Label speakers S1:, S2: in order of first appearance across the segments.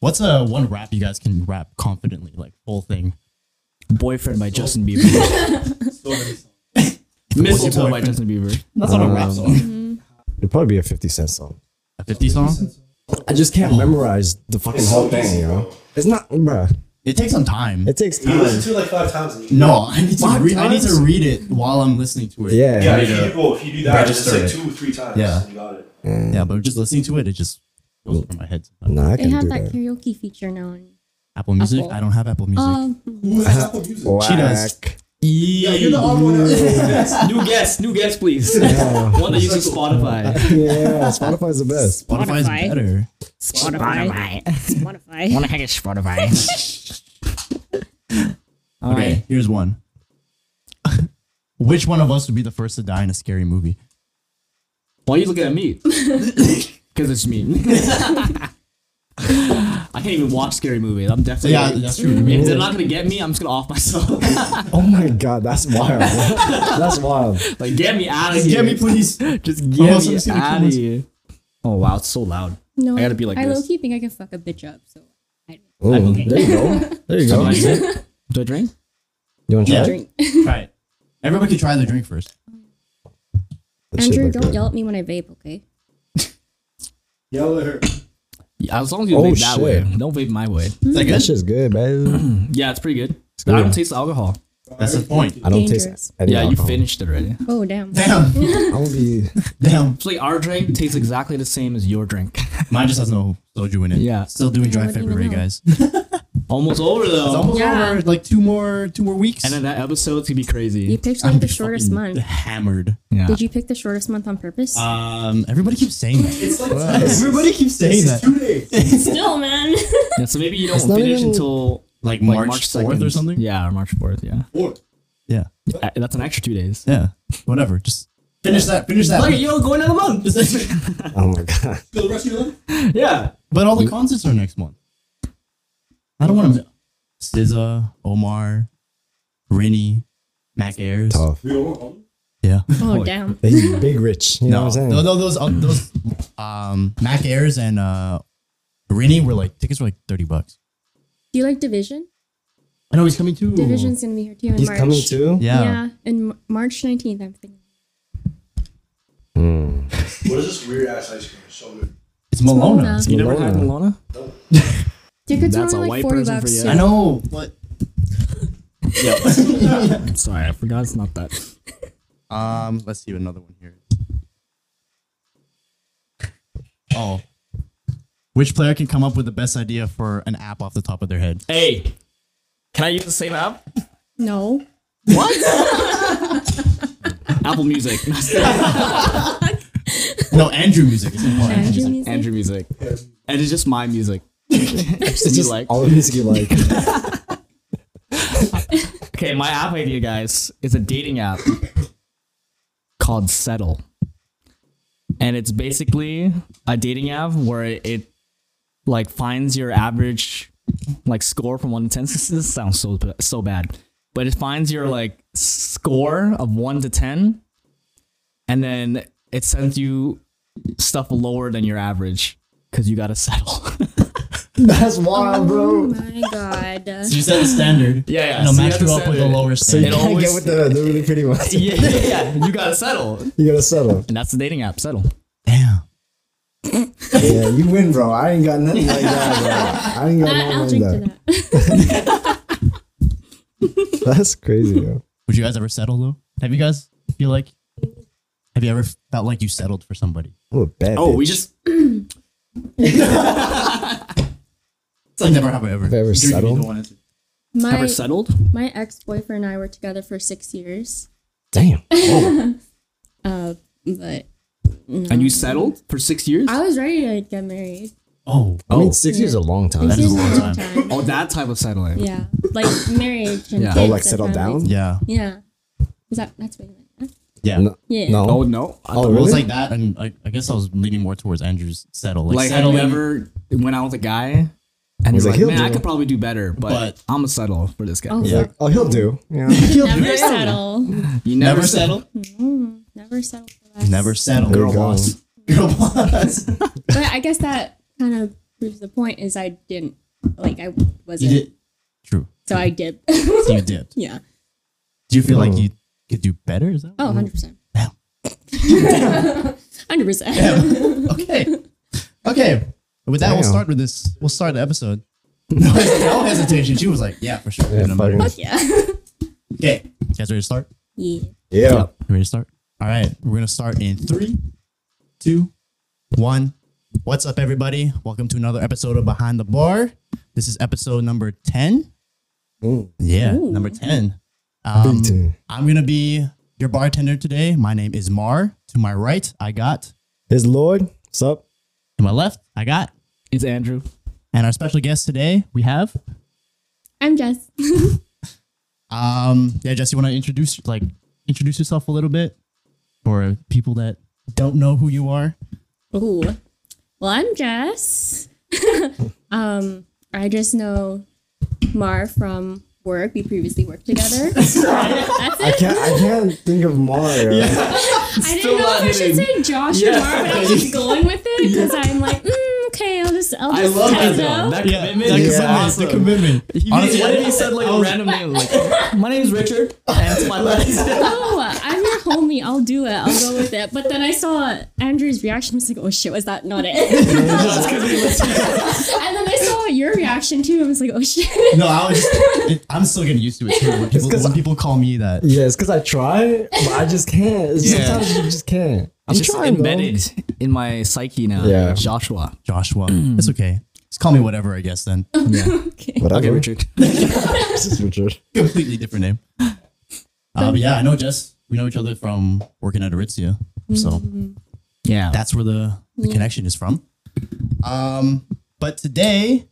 S1: What's uh, one rap you guys can rap confidently, like whole thing?
S2: Boyfriend by Justin Bieber. Mistletoe by Justin Bieber.
S1: That's not a rap song.
S3: It'd probably be a 50 Cent song. Oh.
S1: A 50 song?
S3: I just can't memorize the fucking whole thing, you know? It's not, bruh.
S1: It takes some time.
S3: It takes
S4: You listen
S3: time.
S4: to it like five times. And you
S1: no, I need, to
S2: Five
S1: re- I need to
S2: times?
S1: read it while I'm listening to it.
S3: Yeah.
S4: Yeah, if you, do, well, if you do that, it's
S1: Register
S4: like
S1: it.
S4: two or three times.
S1: Yeah.
S4: And you got it.
S1: Yeah, but just listening to it, it just goes over my head. Sometimes.
S3: Nah, I
S5: They
S3: can
S5: have
S3: do
S5: that
S3: that.
S5: karaoke feature now. on-
S1: Apple Uh, Music?
S5: Apple.
S1: I don't have Apple Music.
S5: Um,
S4: Who has Apple Music?
S1: She does.
S3: Whack.
S1: yeah,
S4: You're the odd one. out.
S2: New guest, new guest, please.
S3: Yeah.
S2: One that uses Spotify.
S3: yeah, Spotify's the best.
S1: Spotify's
S5: Spotify.
S1: better.
S5: Spotify. Spotify.
S6: Wanna hang a Spotify?
S2: All
S1: okay,
S2: right.
S1: here's one. Which one of us would be the first to die in a scary movie?
S2: Why are you looking at me? Because it's me. I can't even watch scary movies. I'm definitely.
S1: yeah, that's true.
S2: If they're not gonna get me, I'm just gonna off myself.
S3: Oh my god, that's wild. that's wild.
S2: like, get me out of
S1: Get
S2: here.
S1: me, please.
S2: Just
S1: else is
S2: get
S1: gonna kill
S2: me out of
S1: us?
S2: here. Oh wow, it's so loud.
S5: No,
S2: I gotta be like
S5: I
S2: this.
S5: low-key think I can fuck a bitch up. So I
S3: Ooh, there you go. There you
S2: Do
S3: go.
S2: I drink? Do I drink?
S3: You want to try
S1: Yeah.
S3: it?
S5: drink.
S1: try it. Everybody can try the drink first.
S3: That shit
S5: Andrew,
S3: look
S5: don't
S3: good.
S5: yell at me when I vape, okay?
S4: Yell at her.
S2: Yeah, as long as you
S3: Oh,
S2: vape that
S3: shit.
S2: way. Don't vape my way.
S5: Hmm?
S1: Is that
S3: That
S1: good?
S3: shit's good, man.
S2: Yeah, it's pretty good.
S3: good.
S2: I don't taste the alcohol.
S1: That's the point.
S3: I don't
S5: Dangerous.
S3: taste any
S2: yeah,
S3: alcohol.
S2: you finished it already.
S5: Oh damn.
S1: Damn.
S3: I won't be.
S1: Damn.
S2: It's like our drink tastes exactly the same as your drink.
S1: Mine just has no soju in it.
S2: Yeah.
S1: Still doing
S5: I
S1: dry
S5: wouldn't even
S1: February,
S5: know.
S1: guys. It's
S2: Almost over though.
S1: almost
S5: Yeah.
S1: over. Like two more, two more weeks.
S2: and then that episode's gonna be
S5: You
S2: crazy.
S5: picked like the shortest
S1: fucking
S5: month.
S1: Hammered.
S2: Yeah.
S5: Did you pick the shortest month on purpose?
S1: Um. Everybody keeps saying that.
S4: It's like it's
S1: everybody keeps saying that.
S4: two days.
S5: Still, man.
S2: Yeah, so maybe you don't
S3: not
S2: finish
S3: even-
S2: until
S1: Like
S2: like
S1: March, 4th
S2: 2nd.
S1: or something.
S2: Yeah, or March 4th, yeah.
S4: Four.
S1: Yeah.
S2: Uh, That's an extra two days.
S1: Yeah. Whatever. Just finish that. Finish that.
S2: yo, going another month.
S3: Oh my god.
S4: For the rest of your life.
S2: yeah.
S1: But all the concerts are next month. I don't want to. SZA, Omar, Rennie, Mac Ayers.
S3: Tough.
S4: We all want them.
S1: Yeah.
S5: Oh damn.
S3: He's big rich. You know
S1: No,
S3: what I'm saying?
S1: no, no, those, uh, those, um, Mac Airs and uh, Rennie were like tickets were like thirty bucks.
S5: Do you like Division?
S1: I know he's coming too.
S5: Division's gonna be here too in
S3: He's
S5: March.
S3: coming too?
S1: Yeah.
S5: in M- March 19th, I'm thinking.
S4: What is this weird ass ice cream? It's so good.
S1: it's Malona.
S5: Malona.
S2: You never had
S3: Malona.
S2: Milona?
S5: Tickets
S2: That's
S5: are
S2: a
S5: only
S2: white
S5: like 40
S2: person for
S5: bucks.
S2: you.
S5: too.
S1: I know, but
S2: I'm sorry, I forgot it's not that.
S1: um, let's see another one here. Oh, which player can come up with the best idea for an app off the top of their head?
S2: Hey, can I use the same app?
S5: No.
S2: Apple Music.
S1: No, Andrew music. is important.
S5: Andrew music.
S2: Andrew Music. And it's just my music. it's just like
S3: All the music you like.
S2: okay, my app idea, guys, is a dating app called Settle, and it's basically a dating app where it, it like finds your average like score from one to ten. This, this sounds so ba- so bad, but it finds your like score of one to ten, and then it sends you stuff lower than your average because you gotta settle.
S3: That's wild,
S5: Oh
S3: bro.
S5: my god.
S1: So you set the standard.
S2: Yeah, yeah.
S1: And
S2: So
S1: will
S2: you
S1: match
S2: have to
S1: you up
S2: set
S1: with the
S2: it.
S1: lower
S3: So you
S1: standard.
S3: can't
S2: always-
S3: get with the, the really pretty ones.
S2: yeah, yeah, yeah. You gotta settle,
S3: You gotta settle.
S2: and that's the dating app. Settle.
S1: Damn.
S3: Yeah, you win, bro. I ain't got nothing like that, bro. I ain't got
S5: I-
S3: nothing
S5: I'll
S3: like
S5: drink
S3: that.
S5: to that.
S3: That's crazy, yo.
S1: Would you guys ever settle though? Have you guys feel like? Have you ever felt like you settled for somebody?
S3: I'm a bad
S2: Oh,
S3: bitch.
S2: we just
S1: It's like never have I ever.
S3: Have I ever settled?
S2: ever
S5: My,
S2: settled.
S5: my ex-boyfriend and I were together for six years.
S3: Damn.
S5: Uh, but
S2: And you settled for six years?
S5: I was ready to get married.
S1: Oh,
S3: I mean, six years is a long time.
S5: Six
S1: is a
S5: years
S1: long
S5: is a long
S2: oh, that type of settling.
S5: Yeah, like marriage and
S2: Yeah.
S5: kids
S2: Oh,
S3: like
S5: and
S3: settle
S5: families.
S3: down?
S1: yeah,
S5: Yeah, is that that's what you meant? huh?
S1: yeah.
S3: No.
S5: Yeah.
S3: no.
S2: Oh no. I thought-
S3: Oh,
S1: Well, it's
S3: Really?
S1: like that, and I, I guess I was leaning more towards Andrew's settle. Like,
S2: Like, have
S1: settle
S2: you ever went out with a guy and
S3: He's
S2: you're
S3: like,
S2: like,
S3: "He'll
S2: man,
S3: do
S2: I
S3: it."
S2: could probably do better, but,
S1: But-
S2: I'm gonna settle for this guy.
S5: Oh,
S3: Yeah. Oh, he'll do. Yeah.
S5: fuck. never settle.
S2: You never,
S1: never settle,
S5: Mm, never settle for less.
S1: never settle.
S3: There you go.
S1: girl boss.
S5: But I guess that kind of Which the point is, I didn't like I
S1: You
S5: wasn't.
S1: did. True.
S5: So I did.
S1: So you dipped.
S5: yeah.
S1: Do you feel like
S3: Oh.
S1: you could do better? Is that?
S5: Oh, 100 percent.
S1: Damn.
S5: Hundred percent.
S1: Okay. Okay. With that, we'll
S3: Damn.
S1: start with this. We'll start the episode. No, hes- no hesitation. She was like, "Yeah, for sure."
S3: Yeah,
S1: And I'm
S3: fucking-
S1: like,
S5: Yeah.
S1: okay. You guys ready to start?
S5: Yeah.
S3: Yeah.
S1: You ready to start? All right, we're gonna start in three, two, one. What's up, everybody? Welcome to another episode of Behind the Bar. This is episode number ten.
S3: Mm.
S1: Yeah,
S5: Ooh.
S1: number ten.
S3: Big
S1: Um,
S3: ten.
S1: I'm gonna be your bartender today. My name is Mar. To my right, I got.
S3: It's Lloyd. What's up?
S1: To my left, I got.
S2: It's Andrew.
S1: And our special guest today, we have.
S5: I'm Jess.
S1: Um, yeah, Jesse, you want to introduce like introduce yourself a little bit for people that don't know who you are?
S5: Ooh. Well, I'm Jess. um, I just know Mar from work. We previously worked together. That's
S3: I
S5: it.
S3: can't. I can't think of Mario.
S5: I didn't know if I should say Josh or
S2: Yeah.
S5: Mar, but I was just going with it because I'm like, mm, okay, I'll just, I'll just test it out.
S2: That commitment
S1: the
S2: is
S1: commitment,
S2: awesome.
S1: The commitment.
S2: He-
S1: Honestly,
S2: what
S1: I-
S2: if he said like a random name? Like, my name's Richard, and to my left.
S5: No, Oh, I'm your homie. I'll do it. I'll go with it. But then I saw Andrew's reaction. I was like, oh shit, was that not it? and then I saw your reaction too. I was like, oh shit.
S1: No, I was. Just, it, I'm still getting used to it too. When people,
S3: 'cause
S1: when people call me that,
S3: Yeah, it's because I try, but I just can't. It's-
S2: Yeah.
S3: Sometimes you just can't.
S2: I'm
S3: I'm
S2: just
S3: trying, though.
S2: embedded in my psyche now.
S3: Yeah.
S2: Joshua.
S1: Joshua, it's okay. Just call me whatever, I guess. Then
S5: Okay.
S3: Whatever.
S2: Okay, Richard.
S3: This is Richard.
S1: completely different name. Uh, but yeah, I know Jess. We know each other from working at Aritzia,
S3: Mm-hmm.
S1: so
S2: Yeah.
S1: that's where the, the connection is from. Um, but today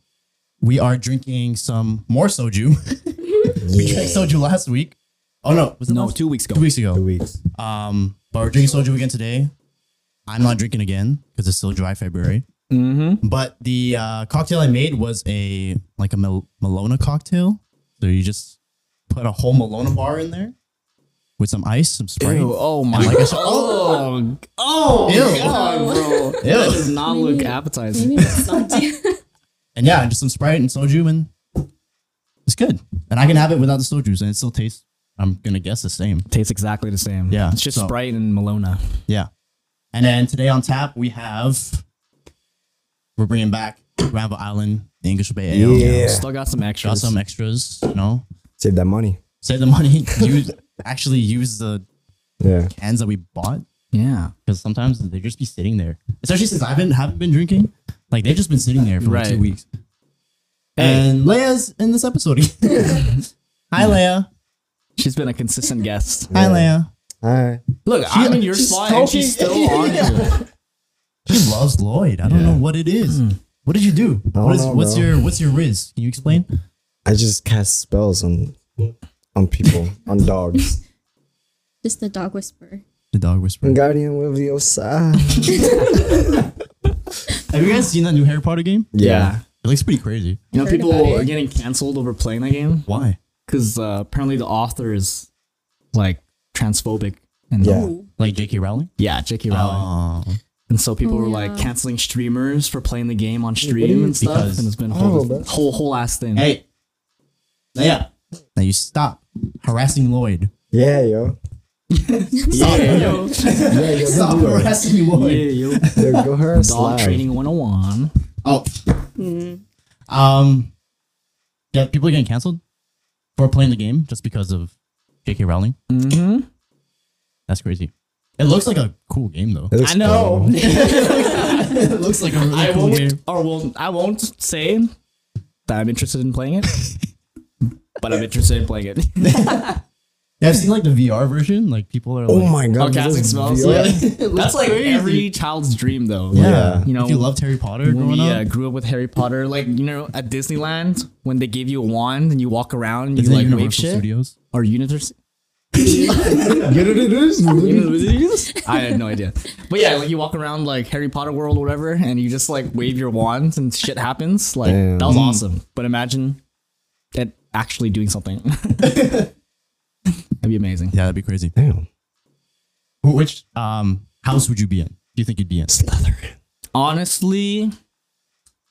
S1: we are drinking some more soju. we drank soju last week. Oh no, was it
S2: no,
S1: last-
S2: two weeks ago.
S1: two weeks ago.
S3: Two weeks.
S1: Um, but we're drinking soju again today. I'm not drinking again because it's still dry February. Mm-hmm. But the uh, cocktail I made was a like a Mel- Melona cocktail. So you just put a whole Melona bar in there with some ice, some Sprite.
S2: Ew, oh my
S1: Like a-
S2: Oh, oh
S1: Ew.
S2: God, bro. That does not look
S5: Maybe-
S2: appetizing.
S5: Maybe it's something.
S1: And yeah, just some Sprite and soju, and it's good. And I can have it without the soju, and it still tastes. I'm gonna guess the same.
S2: Tastes exactly the same.
S1: Yeah,
S2: It's just
S1: so-
S2: Sprite and Malona.
S1: Yeah. And then today on tap we have we're bringing back Gravel Island, the English Bay Ale.
S3: Yeah.
S2: Still got some extras.
S1: Got some extras, you know.
S3: Save that money.
S1: Save the money. Use actually use the
S3: Yeah.
S1: cans that we bought
S2: yeah.
S1: because sometimes they just be sitting there. Especially since I've been haven't been drinking, like they've just been sitting there for like
S2: Right.
S1: two weeks. And Leia's in this episode. Hi, Leia.
S2: She's been a consistent guest.
S1: Hi, Leia.
S3: Hi.
S2: Look, I'm in your spot and she's still on here.
S1: She loves Lloyd. I don't know what it is. What did you do?
S3: don't
S1: What is,
S3: know,
S1: what's
S3: bro.
S1: your what's your riz? Can you explain?
S3: I just cast spells on on people, on dogs.
S5: just the dog whisperer.
S1: The dog whisperer.
S3: Guardian Leviosa.
S1: Have you guys seen that new Harry Potter game?
S3: Yeah.
S1: It looks pretty crazy.
S2: You know,
S5: Heard about
S2: people
S5: it.
S2: are getting canceled over playing that game
S1: Why?
S2: because uh, apparently the author is like transphobic and
S3: Yeah.
S1: Like J.K. Rowling?
S2: yeah, J.K. Rowling.
S1: Oh,
S2: And so people
S5: Oh,
S2: were like
S5: yeah.
S2: canceling streamers for playing the game on stream and stuff.
S1: Because-
S2: and it's been a whole,
S3: Oh, that's-
S2: whole whole ass thing.
S1: hey, Leia. Now you stop harassing Lloyd.
S3: Yeah, yo.
S1: Stop,
S2: yo.
S3: Yeah, yo.
S1: stop
S3: Don't do that.
S1: harassing Lloyd.
S2: yo.
S3: Yo, Go her a
S2: Dog
S3: slide.
S2: training 101.
S1: Oh. Um. Yeah, people are getting canceled for playing the game just because of J.K. Rowling.
S2: Mm-hmm.
S1: That's crazy. It looks like a cool game though.
S3: It looks
S2: I know.
S3: fun.
S5: Oh.
S1: it looks like a really
S2: I
S1: cool
S2: won't,
S1: game.
S2: or won't, I won't say that I'm interested in playing it, but I'm interested in playing it.
S1: Yeah, I've seen like the VR version. Like people are
S3: Oh
S1: like,
S3: my god.
S2: Oh, casting
S3: this
S2: smells.
S3: VR.
S2: That's like every child's dream, though. Like,
S1: yeah.
S2: You know,
S1: if you loved Harry Potter
S2: when
S1: growing
S2: we uh,
S1: up,
S2: grew up with Harry Potter, like you know, at Disneyland when they gave you a wand and you walk around and you
S1: is it
S2: like wave
S1: Universal
S2: shit
S1: Studios?
S2: or universe.
S3: Get it, it is.
S2: I had no idea, but yeah, like you walk around like Harry Potter world, or whatever, and you just like wave your wand and shit happens. Like
S3: Damn.
S2: that was
S1: Hmm.
S2: awesome. But imagine it actually doing something. That'd be amazing.
S1: Yeah, that'd be crazy.
S3: Damn.
S1: Wh- Which um house would you be in? Do you think you'd be in?
S3: Slytherin.
S2: Honestly,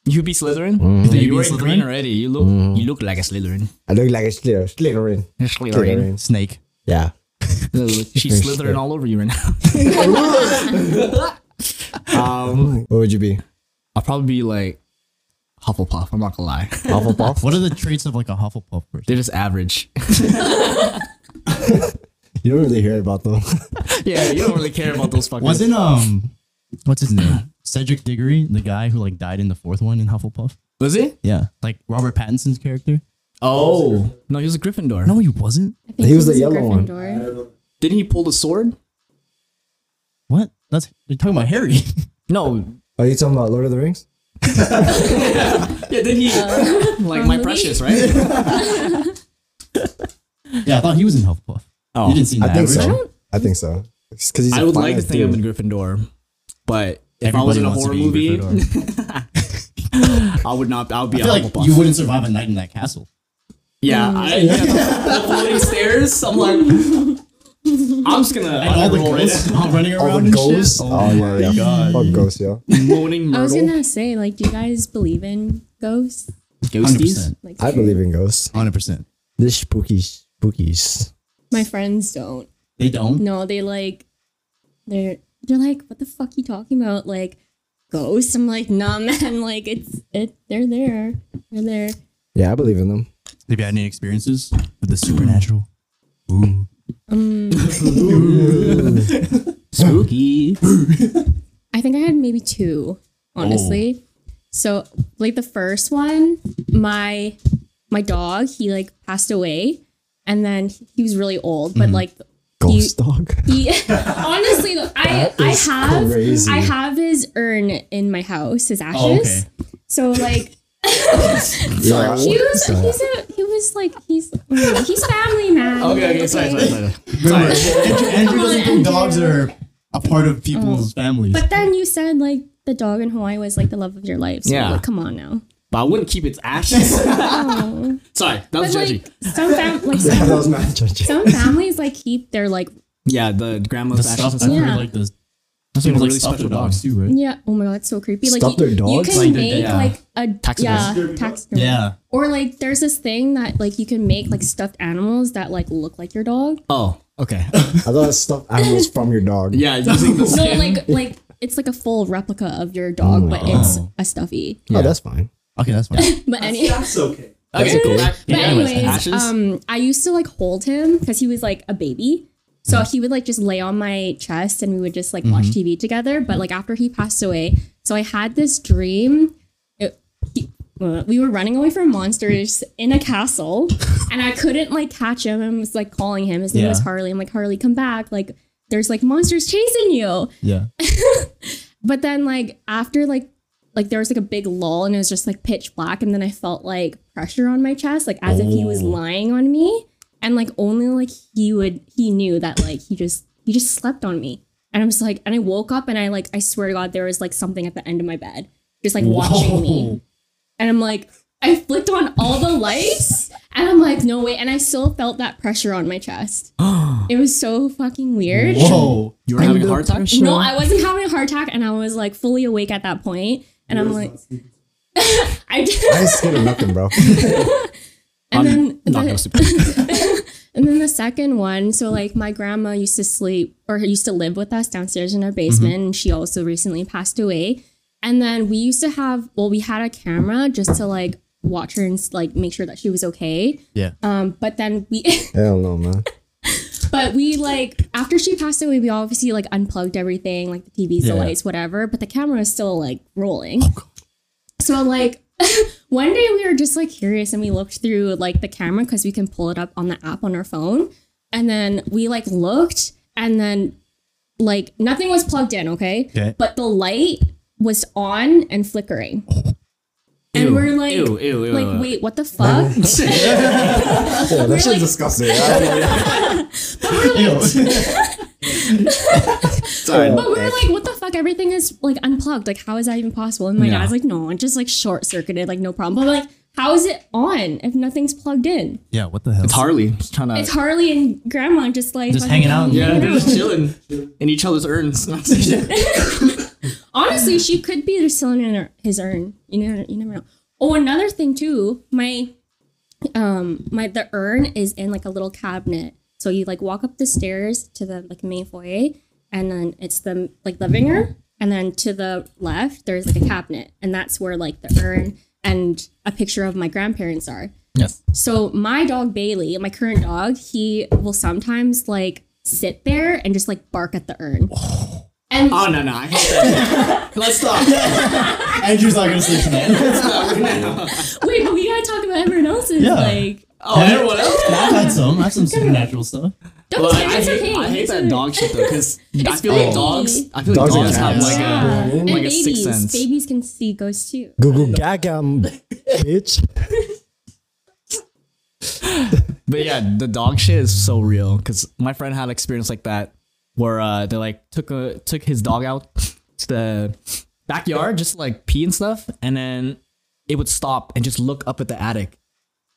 S2: You be Slytherin?
S1: You think
S2: You were
S1: you'd be
S2: green
S1: Slytherin?
S2: already. You look
S1: Mm-hmm.
S2: you look like a Slytherin.
S3: I look like a Slytherin. Slytherin. Slytherin.
S1: Snake.
S3: Yeah.
S2: She's slithering all over you right now.
S3: What would you be?
S2: I'll probably be like Hufflepuff. I'm not gonna lie.
S3: Hufflepuff?
S1: What are the traits of like a Hufflepuff person?
S2: They're just average.
S3: you don't really hear about them.
S2: yeah, you don't really care about those fuckers.
S1: Wasn't um, what's his name? Cedric Diggory, the guy who like died in the fourth one in Hufflepuff.
S2: Was it?
S1: Yeah, like Robert Pattinson's character.
S2: Oh no, he was a Gryffindor.
S1: No, he wasn't.
S5: I think
S3: He was the
S5: a
S3: yellow one.
S4: I
S5: Gryffindor.
S4: don't know.
S2: Didn't he pull the sword?
S1: What? That's you're talking about Harry.
S2: No.
S3: Are you talking about Lord of the Rings?
S2: Yeah, did he? like
S5: From
S2: my
S5: movie?
S2: precious, right?
S1: yeah, I thought he was in Hufflepuff.
S2: Oh,
S1: you didn't see
S3: I
S1: that.
S3: think
S1: right?
S3: so. I think so. Because he's.
S2: I
S3: a
S2: would like to
S3: fine-ass
S2: think I'm in
S3: dude.
S2: Gryffindor, but if I was
S1: Everybody
S2: in a
S1: wants to
S2: horror
S1: be
S2: movie,
S1: Gryffindor.
S2: I would not. I would
S1: I
S2: be a
S1: feel
S2: Hufflepuff.
S1: like you wouldn't survive a night in that castle.
S2: yeah, I, yeah, the, the floating stairs. I'm like, I'm just gonna
S1: And all the
S2: roll right
S1: ghosts all running around
S3: All the
S1: and
S3: ghosts.
S1: shit.
S3: Oh, yeah, yeah. Fuck ghosts, yeah.
S2: in. moaning
S5: I was
S2: Myrtle.
S5: gonna say, like, do you guys believe in ghosts?
S1: Hundred
S2: Ghosties.
S1: percent.
S5: Like,
S3: I believe in ghosts.
S1: Hundred percent.
S3: This spooky, spookies.
S5: my friends don't.
S1: They don't.
S5: No, they like, they're they're like, what the fuck you talking about? Like, ghosts? I'm like, nah, man. Like, it's it. They're there. They're there.
S3: Yeah, I believe in them.
S1: Maybe I had any experiences with the supernatural. Ooh.
S2: Spooky.
S5: I think I had maybe two,
S3: Oh.
S5: honestly. So like the first one, my my dog, he like passed away and then he was really old, but like he,
S3: Mm-hmm. Ghost dog.
S5: he honestly though, I
S3: That
S5: I
S3: is
S5: have
S3: crazy.
S5: I have his urn in my house, his ashes.
S1: Oh, okay.
S5: So like
S3: Yeah.
S5: he was he's a he was like he's he's family man.
S2: Okay, okay, sorry, sorry, sorry.
S1: Remember, Andrew, Andrew
S5: Come on,
S1: doesn't think dogs
S5: Andrew. Oh.
S1: are a part of people's families.
S5: But then you said like the dog in Hawaii was like the love of your life. So
S2: Yeah.
S5: like, come on now.
S2: But I wouldn't keep its ashes.
S5: Oh.
S2: sorry, that was
S5: But
S2: judgy.
S5: like some fam- like
S3: That
S5: some,
S3: was not judging.
S5: some families like keep their like
S2: Yeah, the
S1: the
S2: grandma's
S1: stuff
S2: ashes.
S1: that's
S5: Yeah.
S1: really like the that's what
S2: People
S1: like
S2: really
S1: stuffed
S2: special
S1: with dogs
S2: dogs.
S1: too, right?
S5: yeah oh my god it's so creepy like
S3: Stuff
S5: you,
S3: their
S5: you
S3: dogs?
S5: can
S1: Like their
S5: make
S2: dad.
S5: like a
S2: Taxidermist.
S5: yeah taxidermist
S1: Yeah.
S5: or like there's this thing that like you can make like stuffed animals that like look like your dog
S2: Oh, okay.
S3: I thought it stuffed animals from your dog.
S2: Yeah, using the
S5: no
S2: skin.
S5: like like it's like a full replica of your dog but it's a stuffy
S3: Oh, that's fine.
S1: Okay, that's fine.
S5: but any
S4: That's okay.
S2: okay,
S3: okay.
S2: back-
S5: But
S2: yeah,
S5: anyways,
S2: ashes.
S5: um, I used to like hold him because he was like a baby. So he would like just lay on my chest and we would just like watch TV together. But like after he passed away, so I had this dream. It, he, uh, we were running away from monsters in a castle, and I couldn't like catch him. and was like calling him. His name was
S1: Yeah.
S5: Harley. I'm like Harley, come back! Like there's like monsters chasing you
S1: Yeah.
S5: but then like after like like there was like a big lull and it was just like pitch black and then i felt like pressure on my chest like as if he was
S1: Oh.
S5: lying on me and like only like he would he knew that like he just he just slept on me and i'm just like and i woke up and i like i swear to god there was like something at the end of my bed just like watching me and i'm like i flicked on all the lights and i'm like no way and i still felt that pressure on my chest it was so fucking weird
S1: Whoa.
S2: you were having a heart attack.
S5: no, I wasn't having a heart attack, and I was like fully awake at that point, and I'm like, I
S3: I
S5: did.
S3: ain't scared of nothing, bro.
S5: And then,
S2: Not gonna
S5: the,
S2: sleep.
S5: and then the second one. So like my grandma used to sleep or used to live with us downstairs
S2: Mm-hmm.
S5: in our basement, and she also recently passed away. And then we used to have well, we had a camera just to like watch her and like make sure that she was okay.
S1: Yeah.
S5: Um, but then we.
S3: Hell no, man.
S5: But we like after she passed away, we obviously like unplugged everything, like the TVs, the
S1: Yeah. Oh,
S5: lights, whatever. But the camera is still like rolling. so like one day we were just like curious and we looked through like the camera because we can pull it up on the app on our phone. And then we like looked and then like nothing was plugged in, okay?
S1: Okay.
S5: But the light was on and flickering.
S1: Oh.
S5: And
S2: Ew,
S5: we're like,
S2: ew, ew, ew,
S5: like,
S2: ew.
S5: wait, what the fuck?
S3: Yeah, that
S5: like-
S3: shit's disgusting. I don't know.
S2: Sorry.
S5: But we were like, what the fuck? Everything is like unplugged. Like, how is that even possible? And my
S2: Yeah.
S5: dad's like, no, it just like short circuited, like no problem. But I'm like, how is it on if nothing's plugged in?
S1: Yeah, what the hell?
S2: It's Harley. Just trying to.
S5: It's Harley and Grandma just like
S1: Just
S5: fucking-
S1: hanging out.
S2: yeah, they're just chilling in each other's urns.
S5: Honestly, she could be just still in her, his urn. You know, you never know. Oh, another thing too. My, um, my the urn is in like a little cabinet. So you like walk up the stairs to the like main foyer, and then it's the like living room, and then to the left there's like a cabinet, and that's where like the urn and a picture of my grandparents are.
S2: Yes.
S5: So my dog Bailey, my current dog, he will sometimes like sit there and just like bark at the urn. And
S2: Oh no no. I hate that. Let's stop.
S1: Andrew's not gonna sleep tonight.
S5: wait, but we gotta talk about everyone else's
S1: Yeah.
S5: like
S2: Oh everyone else.
S1: I've had some. I have some supernatural stuff.
S5: dog
S2: Well, I,
S5: it's
S2: hate,
S5: okay.
S2: I hate
S5: It's
S2: that
S5: okay.
S2: dog shit though, because I
S5: It's
S2: feel
S5: baby.
S2: like dogs. I feel like
S3: Dogs
S2: dogs,
S3: and
S2: have
S3: cats.
S2: like a.
S5: Yeah. And
S2: Like a sixth
S5: babies.
S2: sense.
S5: Babies can see ghosts too.
S3: Google Gagam, bitch.
S2: But yeah, the dog shit is so real because my friend had an experience like that where uh, they like took a, took his dog out to the backyard just to, like pee and stuff, and then it would stop and just look up at the attic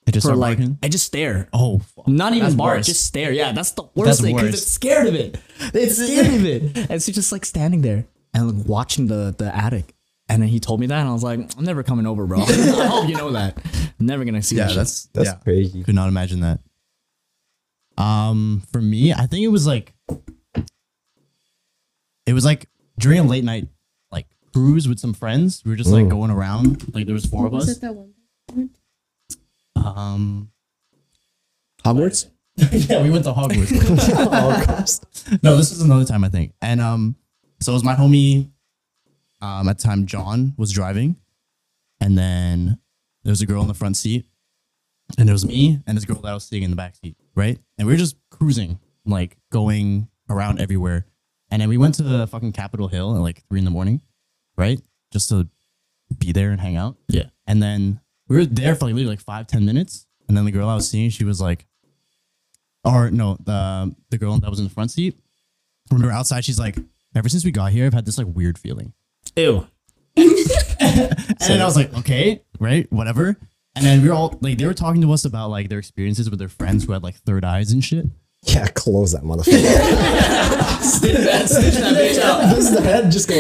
S1: I just
S2: for
S1: start
S2: like
S1: barking.
S2: and just stare.
S1: Oh, fuck.
S2: Not even
S1: That's
S2: bark,
S1: worse.
S2: just stare. Yeah, that's the worst thing because
S1: worse.
S2: it's scared of it. It's scared of it. And so just like standing there and like, watching the, the attic. And then he told me that, and I was like, I'm never coming over, bro. I hope you know that. I'm never gonna see that
S1: yeah,
S2: shit.
S1: that's
S3: That's
S1: yeah.
S3: crazy.
S1: Could not imagine that. Um, for me, I think it was like it was like during a late night like cruise with some friends. We were just like going around. Like there was four of
S5: Was
S1: us.
S5: it that one?
S1: Um,
S3: Hogwarts?
S1: yeah, we went to Hogwarts. no, this was another time I think. And um, so it was my homie. Um, at the time John was driving, and then there was a girl in the front seat, and it was me and this girl that I was seeing in the back seat, right? And we were just cruising, like going around everywhere, and then we went to the fucking Capitol Hill at like three in the morning, right? Just to be there and hang out.
S2: Yeah.
S1: And then we were there for like literally like five ten minutes, and then the girl I was seeing, she was like, or no, the the girl that was in the front seat. When we were outside, she's like, "Ever since we got here, I've had this like weird feeling."
S2: ew.
S1: And then I was like, "Okay, right, whatever." And then we were all like, they were talking to us about like their experiences with their friends who had like third eyes and shit.
S3: Yeah, close that motherfucker. Does the head just go?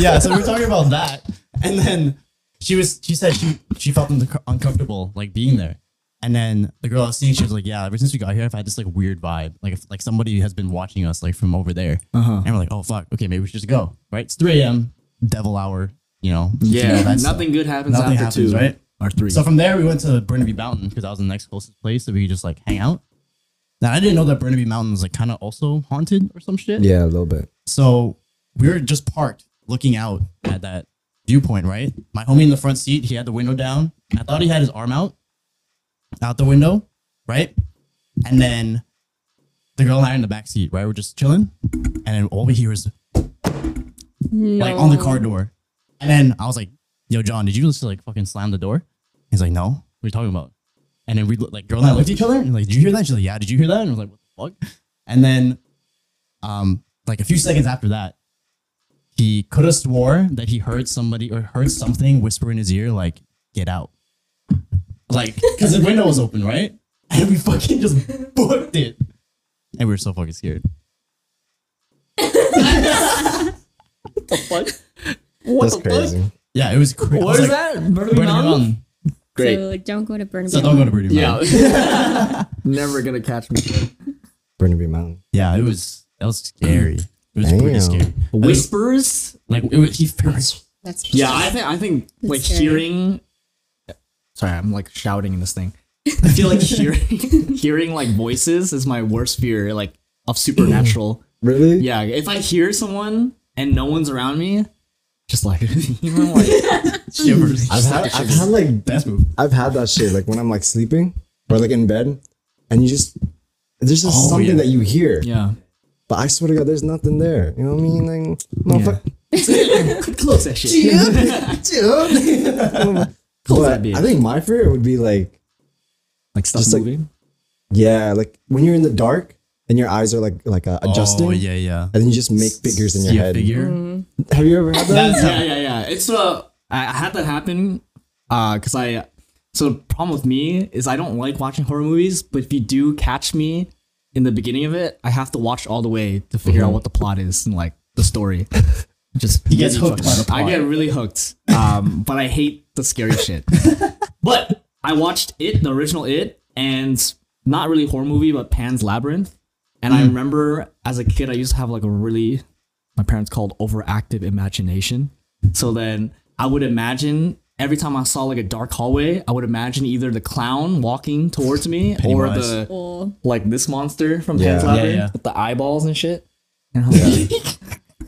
S1: yeah, so we were talking about that, and then she was she said she she felt unco- uncomfortable like being there, and then the girl I was seeing she was like, yeah, ever since we got here, I've had this like weird vibe, like if, like somebody has been watching us like from over there,
S2: Uh-huh.
S1: and we're like, oh fuck, okay, maybe we should just go, right? It's three a.m. devil hour, you know, you know,
S2: Yeah,
S1: that stuff.
S2: nothing good happens
S1: Nothing
S2: after
S1: happens,
S2: two
S1: right?
S2: or three.
S1: So from there, we went to Burnaby Mountain because that was the next closest place that we could just like hang out. Now I didn't know that Burnaby Mountain was like kind of also haunted or some shit.
S3: Yeah, a little bit.
S1: So we were just parked looking out at that viewpoint, right? My homie in the front seat, he had the window down. I thought he had his arm out, out the window, right? And then the girl and I in the back seat, right? We're just chilling. And then all we hear is like on the car door. And then I was like, yo, John, did you just like fucking slam the door? He's like, no, what are you talking about? And then we look- like, girl and I looked at each other and like, did you hear that? She's like, yeah, did you hear that? And I was like, what the fuck? And then, um, like a few seconds after that, he could have swore that he heard somebody or heard something whisper in his ear, like, get out. Like, because the window was open, right? And we fucking just booked it. And we were so fucking scared.
S2: What? What
S3: That's crazy.
S1: Yeah, it was crazy.
S2: What is that? Burning Mountain?
S5: So don't go to Burnaby.
S1: So don't go to Burning Mountain.
S2: Yeah. Never gonna catch me.
S3: Burnaby Mountain.
S1: Yeah, it was that was scary. It was pretty
S3: Damn.
S1: scary.
S2: Whispers?
S1: Like it was, he
S5: That's
S2: Yeah, I think I think like
S5: scary.
S2: hearing. Sorry, I'm like shouting in this thing. I feel like hearing hearing like voices is my worst fear, like of supernatural.
S3: Really?
S2: yeah, if I hear someone and no one's around me, just like, you know, like
S1: shivers.
S3: I've had, I've had like
S1: Best move.
S3: I've had that shit like when I'm like sleeping or like in bed, and you just there's just
S1: Oh,
S3: something
S1: yeah.
S3: that you hear,
S2: yeah.
S3: but I swear to God, there's nothing there. You know what I mean? Like, motherfucker.
S2: Close that shit. Close that
S3: But
S2: bitch.
S3: I think my fear would be like,
S2: Like stuff
S3: Just like-
S2: moving.
S3: yeah, like when you're in the dark and your eyes are like like uh, adjusting,
S1: Oh yeah, yeah.
S3: and then you just make figures in your
S1: See a
S3: head.
S1: figure.
S3: Have you ever had that?
S2: Mm. yeah, yeah, yeah. It's uh, I I had that happen, uh, because I. So the problem with me is I don't like watching horror movies, but if you do catch me in the beginning of it, I have to watch all the way to figure out what the plot is and like the story. Just
S1: He gets hooked by the
S2: I
S1: plot.
S2: get really hooked, um, but I hate the scary shit. but I watched it, the original it, and not really horror movie, but Pan's Labyrinth. And I remember as a kid, I used to have like a really, my parents called overactive imagination. So then I would imagine every time I saw like a dark hallway, I would imagine either the clown walking towards me or
S1: Pennywise.
S2: the
S5: Or
S2: like this monster from
S3: Yeah.
S2: Pan's
S3: Yeah,
S2: Labyrinth
S1: yeah.
S2: with the eyeballs and shit. And I was like,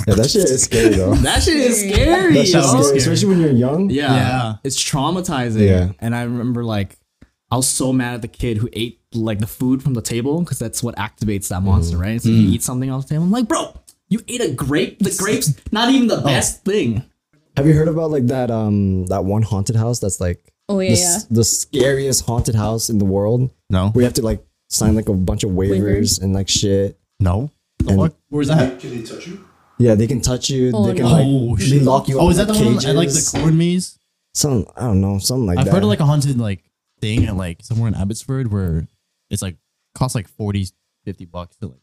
S3: Yeah, that shit is scary though.
S2: that shit is
S5: Scary.
S2: scary.
S3: That shit's
S2: yo.
S3: scary, especially when you're young.
S2: Yeah.
S1: Yeah.
S2: It's traumatizing.
S3: Yeah.
S2: And I remember like I was so mad at the kid who ate like the food from the table because that's what activates that monster,
S3: Mm.
S2: right? So you eat something off the table. I'm like, bro, you ate a grape. The grapes, not even
S3: Oh.
S2: the best thing.
S3: Have you heard about like that um that one haunted house that's like
S5: oh yeah,
S3: the, s- the scariest haunted house in the world?
S1: No.
S3: We have to like sign like a bunch of waivers
S5: Waivers.
S3: and like shit.
S1: No. The
S3: And-
S1: fuck? Where's that?
S4: Can they touch you?
S3: Yeah, they can touch you.
S5: Oh,
S3: they can
S5: no.
S3: like
S1: oh,
S3: they
S1: shit.
S3: lock you.
S1: Oh,
S3: up
S1: is
S3: in
S1: that the one at like the
S3: cages.
S1: corn maze?
S3: Some I don't know, something like
S1: I've
S3: that.
S1: heard of like a haunted like thing at like somewhere in Abbotsford where it's like costs like 40, 50 bucks to like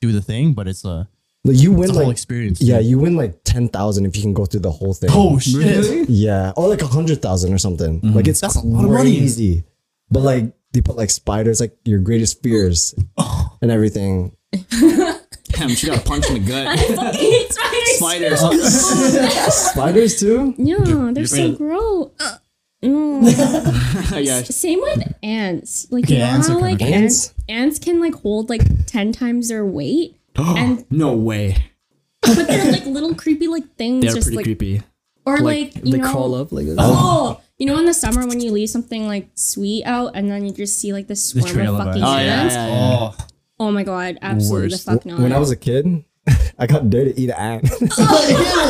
S1: do the thing, but it's uh, a,
S3: Like, you win
S1: it's a whole
S3: like
S1: experience.
S3: yeah, you win like ten thousand if you can go through the whole thing.
S1: Oh shit.
S3: Yeah, or like a hundred thousand or something. Like it's
S1: That's a
S3: crazy.
S1: lot of money.
S3: But like they put like spiders, like your greatest fears
S1: Oh.
S3: and everything.
S2: Damn, she got punched in the gut.
S5: Fucking hate spiders.
S2: Spiders.
S3: Spiders too?
S5: Yeah, they're so
S1: afraid of-
S5: gross. Uh, mm.
S2: yeah.
S5: Same with ants. Like
S1: Okay,
S5: you know
S1: ants are
S5: how
S1: kinda
S5: like
S3: gross.
S5: ants, ants can like hold like ten times their weight, and
S2: No way.
S5: but they're like little creepy like things,
S2: They're
S5: just
S2: pretty
S5: like
S2: creepy.
S5: or
S2: Like,
S5: like,
S2: they
S5: you know,
S2: crawl up like
S5: Oh, you know, in the summer when you leave something like sweet out, and then you just see like the swarm
S1: trail
S5: of
S1: of
S5: fucking
S1: ants.
S2: Oh, yeah,
S5: ants.
S2: yeah, yeah.
S1: Oh,
S5: Oh my god, absolutely
S1: Worst.
S5: the fuck not.
S3: When I was a kid, I got dare to eat an ant.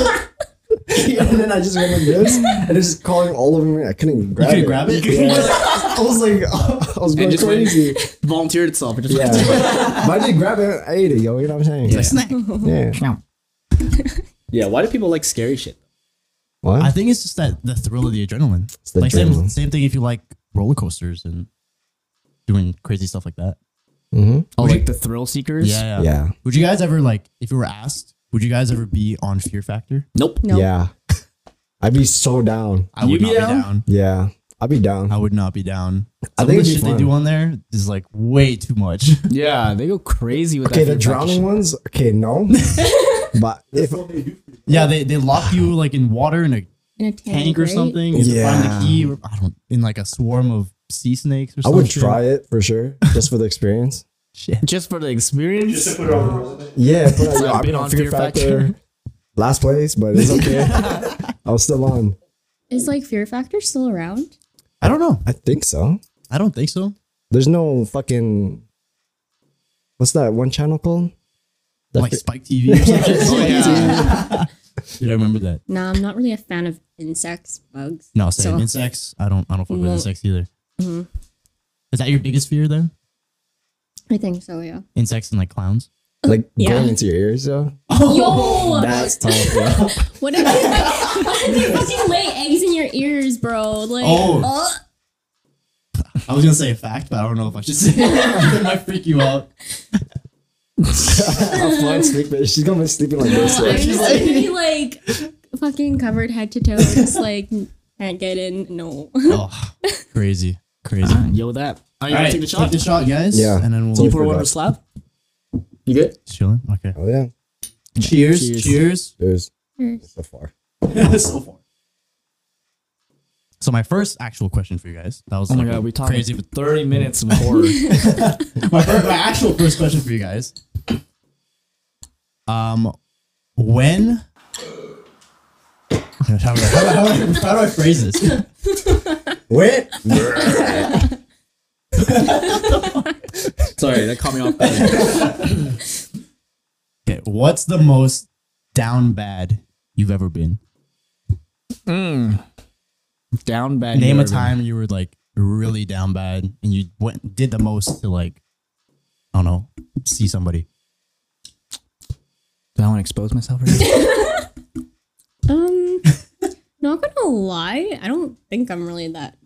S3: and then I just went like this and it's just crawling all over me. I couldn't grab
S1: couldn't
S3: it.
S1: grab it?
S3: Yeah. I was like, I was going
S2: just went-
S3: crazy.
S2: Volunteered itself. It just
S3: Yeah. but I did grab it, I ate it, yo, you know what I'm saying?
S1: it's like snack.
S3: Yeah.
S2: yeah. Why do people like scary shit?
S3: What?
S1: I think it's just that the thrill of the adrenaline.
S3: It's the
S1: like Same,
S3: adrenaline.
S1: same thing if you like roller coasters and doing crazy stuff like that.
S2: Oh, like the thrill seekers?
S1: Yeah, yeah.
S3: yeah.
S1: Would you guys ever like if you were asked? Would you guys ever be on Fear Factor?
S2: Nope.
S5: no,
S3: Yeah. I'd be so down.
S1: I would
S2: You'd be
S1: not
S2: down?
S1: be down.
S3: Yeah. I'd be down.
S1: I would not be down.
S3: I
S1: Some of
S3: think
S1: the
S3: it'd be
S1: shit they
S3: fun.
S1: do on there is like way too much.
S2: Yeah, they go crazy with
S3: Okay,
S2: that.
S3: the
S2: fear factor
S3: drowning ones. Okay, no. but if
S4: What they do for you?
S1: yeah, they, they lock you like in water in a
S5: in a tank,
S1: tank or
S5: right?
S1: something. You yeah.
S3: Yeah.
S1: find the key or I don't in like a swarm of sea snakes or
S3: I
S1: something.
S3: would try it for sure, just for the experience.
S1: Shit.
S2: shit. Just for the experience.
S4: Just to put it on the resume.
S3: Yeah, but
S2: So
S3: I,
S2: I've
S3: have been
S2: been
S3: on
S2: on
S3: Fear
S2: Fear Factor.
S3: Factor, last place, but it's okay. I was still on.
S5: Is like Fear Factor still around?
S1: I don't know.
S3: I think so.
S1: I don't think so.
S3: There's no fucking. What's that one channel called? That
S1: like
S3: fi-
S1: Spike TV or something.
S2: Oh, yeah.
S1: Dude, I remember that.
S5: Nah, I'm not really a fan of insects, bugs.
S1: No, same
S5: So-
S1: insects. I don't I don't fuck with
S5: Well-
S1: insects either.
S5: Mhm.
S1: Is that your biggest fear then?
S5: I think so, yeah.
S1: Insects and like clowns?
S3: like
S5: Yeah.
S3: going into your ears, yo.
S5: Yo,
S3: Oh, That's tough, yo.
S5: what if they, what if they fucking lay eggs in your ears, bro? Like,
S1: Oh.
S5: uh,
S1: I was gonna say a fact, but I don't know if I should say it. it might freak you out.
S3: I'm fine sleeping. She's gonna be sleeping like this.
S5: I'm
S3: Like,
S5: just gonna be like fucking covered head to toe, just like can't get in. No,
S1: Oh crazy. Crazy.
S2: Yo, that. Are you
S1: All
S2: gonna
S1: right,
S2: take the shot?
S1: Take the shot, guys.
S3: Yeah.
S1: And then we'll
S3: So-
S2: You pour one
S3: Forgot.
S2: to slap. You good?
S1: chilling. Okay.
S3: oh yeah,
S1: Cheers.
S2: Cheers.
S1: Cheers.
S3: there's
S5: Mm.
S3: so far.
S1: so far. So my first actual question for you guys. That was
S2: Oh my
S1: like
S2: god,
S1: a
S2: we talked
S1: crazy.
S2: crazy for thirty minutes of horror.
S1: my, fir- my actual first question for you guys. Um, when? How do I, how do I- how do I- how do I phrase this?
S3: Wait,
S2: Sorry, that caught me off guard.
S1: Okay, what's the most down bad you've ever been?
S2: Down bad.
S1: Name a
S2: Urban.
S1: time you were like really down bad and you went did the most to like, I don't know, see somebody.
S2: Do I want to expose myself? Right
S5: um, not gonna lie, I don't think I'm really that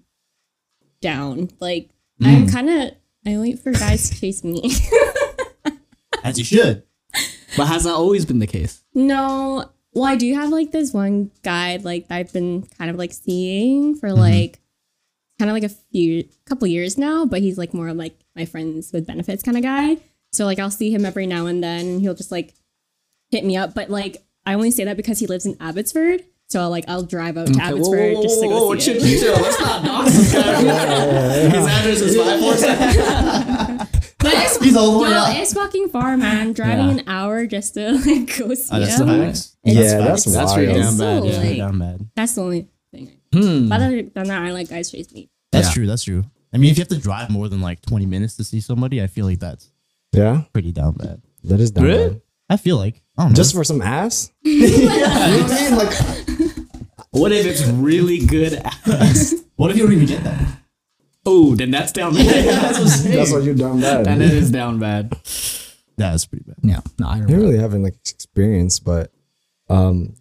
S5: down. Like, I'm kind of I wait for guys to chase me.
S1: As you should.
S2: But has that always been the case?
S5: No. Well, I do have like this one guy like that I've been kind of like seeing for like kind of like a few couple years now, but he's like more like my friends with benefits kind of guy. So like I'll see him every now and then and he'll just like hit me up, but like I only say that because he lives in Abbotsford. So I'll like I'll drive out to Abbotsford just to go see him.
S2: chill. Let's not dox this guy. His address is 547.
S5: But it's,
S1: He's all the way
S5: no,
S1: up.
S5: it's fucking far, man. Driving
S2: Yeah.
S5: an hour just to like go see
S1: Oh, that's the
S5: him.
S1: facts.
S3: yeah, that's
S2: That's
S3: wild.
S2: pretty
S5: It's
S2: damn
S5: so,
S2: bad. Yeah.
S5: like-
S1: Down bad.
S5: That's the only thing.
S2: Hmm.
S5: But other than that, I like guys chase me.
S1: That's
S2: Yeah.
S1: true. That's true. I mean, if you have to drive more than like 20 minutes to see somebody, I feel like that's
S3: Yeah,
S1: pretty down bad.
S3: that is dumb.
S2: Really?
S3: man.
S1: I feel like I don't know.
S3: Just for some ass?
S2: What if it's really good?
S1: what if you don't even get that?
S2: Oh, then that's down bad.
S3: That's what you dumb bad.
S2: then it is down bad.
S1: That's pretty bad.
S2: Yeah. No, I
S3: I
S2: remember.
S3: didn't really have an like experience, but um,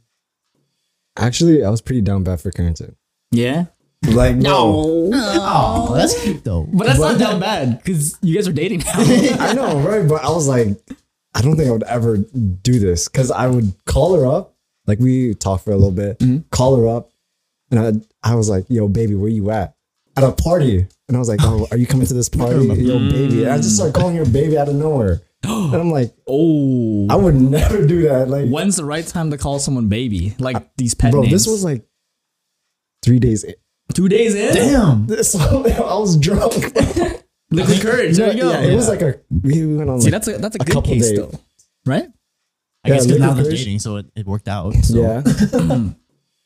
S3: actually, I was pretty down bad for Carrington.
S2: Yeah.
S3: Like, bro,
S1: Oh, that's cute though.
S2: But that's not down bad because you guys are dating now.
S3: I know, right? But I was like, I don't think I would ever do this because I would call her up, like we talked for a little bit, call her up, and I I was like, Yo, baby, where you at? At a party, and I was like, Oh, are you coming to this party, yo, baby? And I just started calling her baby out of nowhere, and I'm like,
S2: oh.
S3: I would never do that. Like,
S2: When's the right time to call someone baby? Like these pet
S3: bro,
S2: names.
S3: this was like three days. In.
S2: two days in.
S1: Damn.
S3: So I was drunk.
S2: Look the courage. There you go.
S3: Yeah, it was like a we went on.
S2: See,
S3: like,
S2: that's a that's a,
S3: a
S2: good
S3: couple
S2: case
S3: days.
S2: though, right?
S1: I guess because
S3: Yeah,
S1: now
S3: liquor
S1: they're
S3: courage.
S1: dating, so it, it worked out. So.
S3: yeah.
S2: hmm.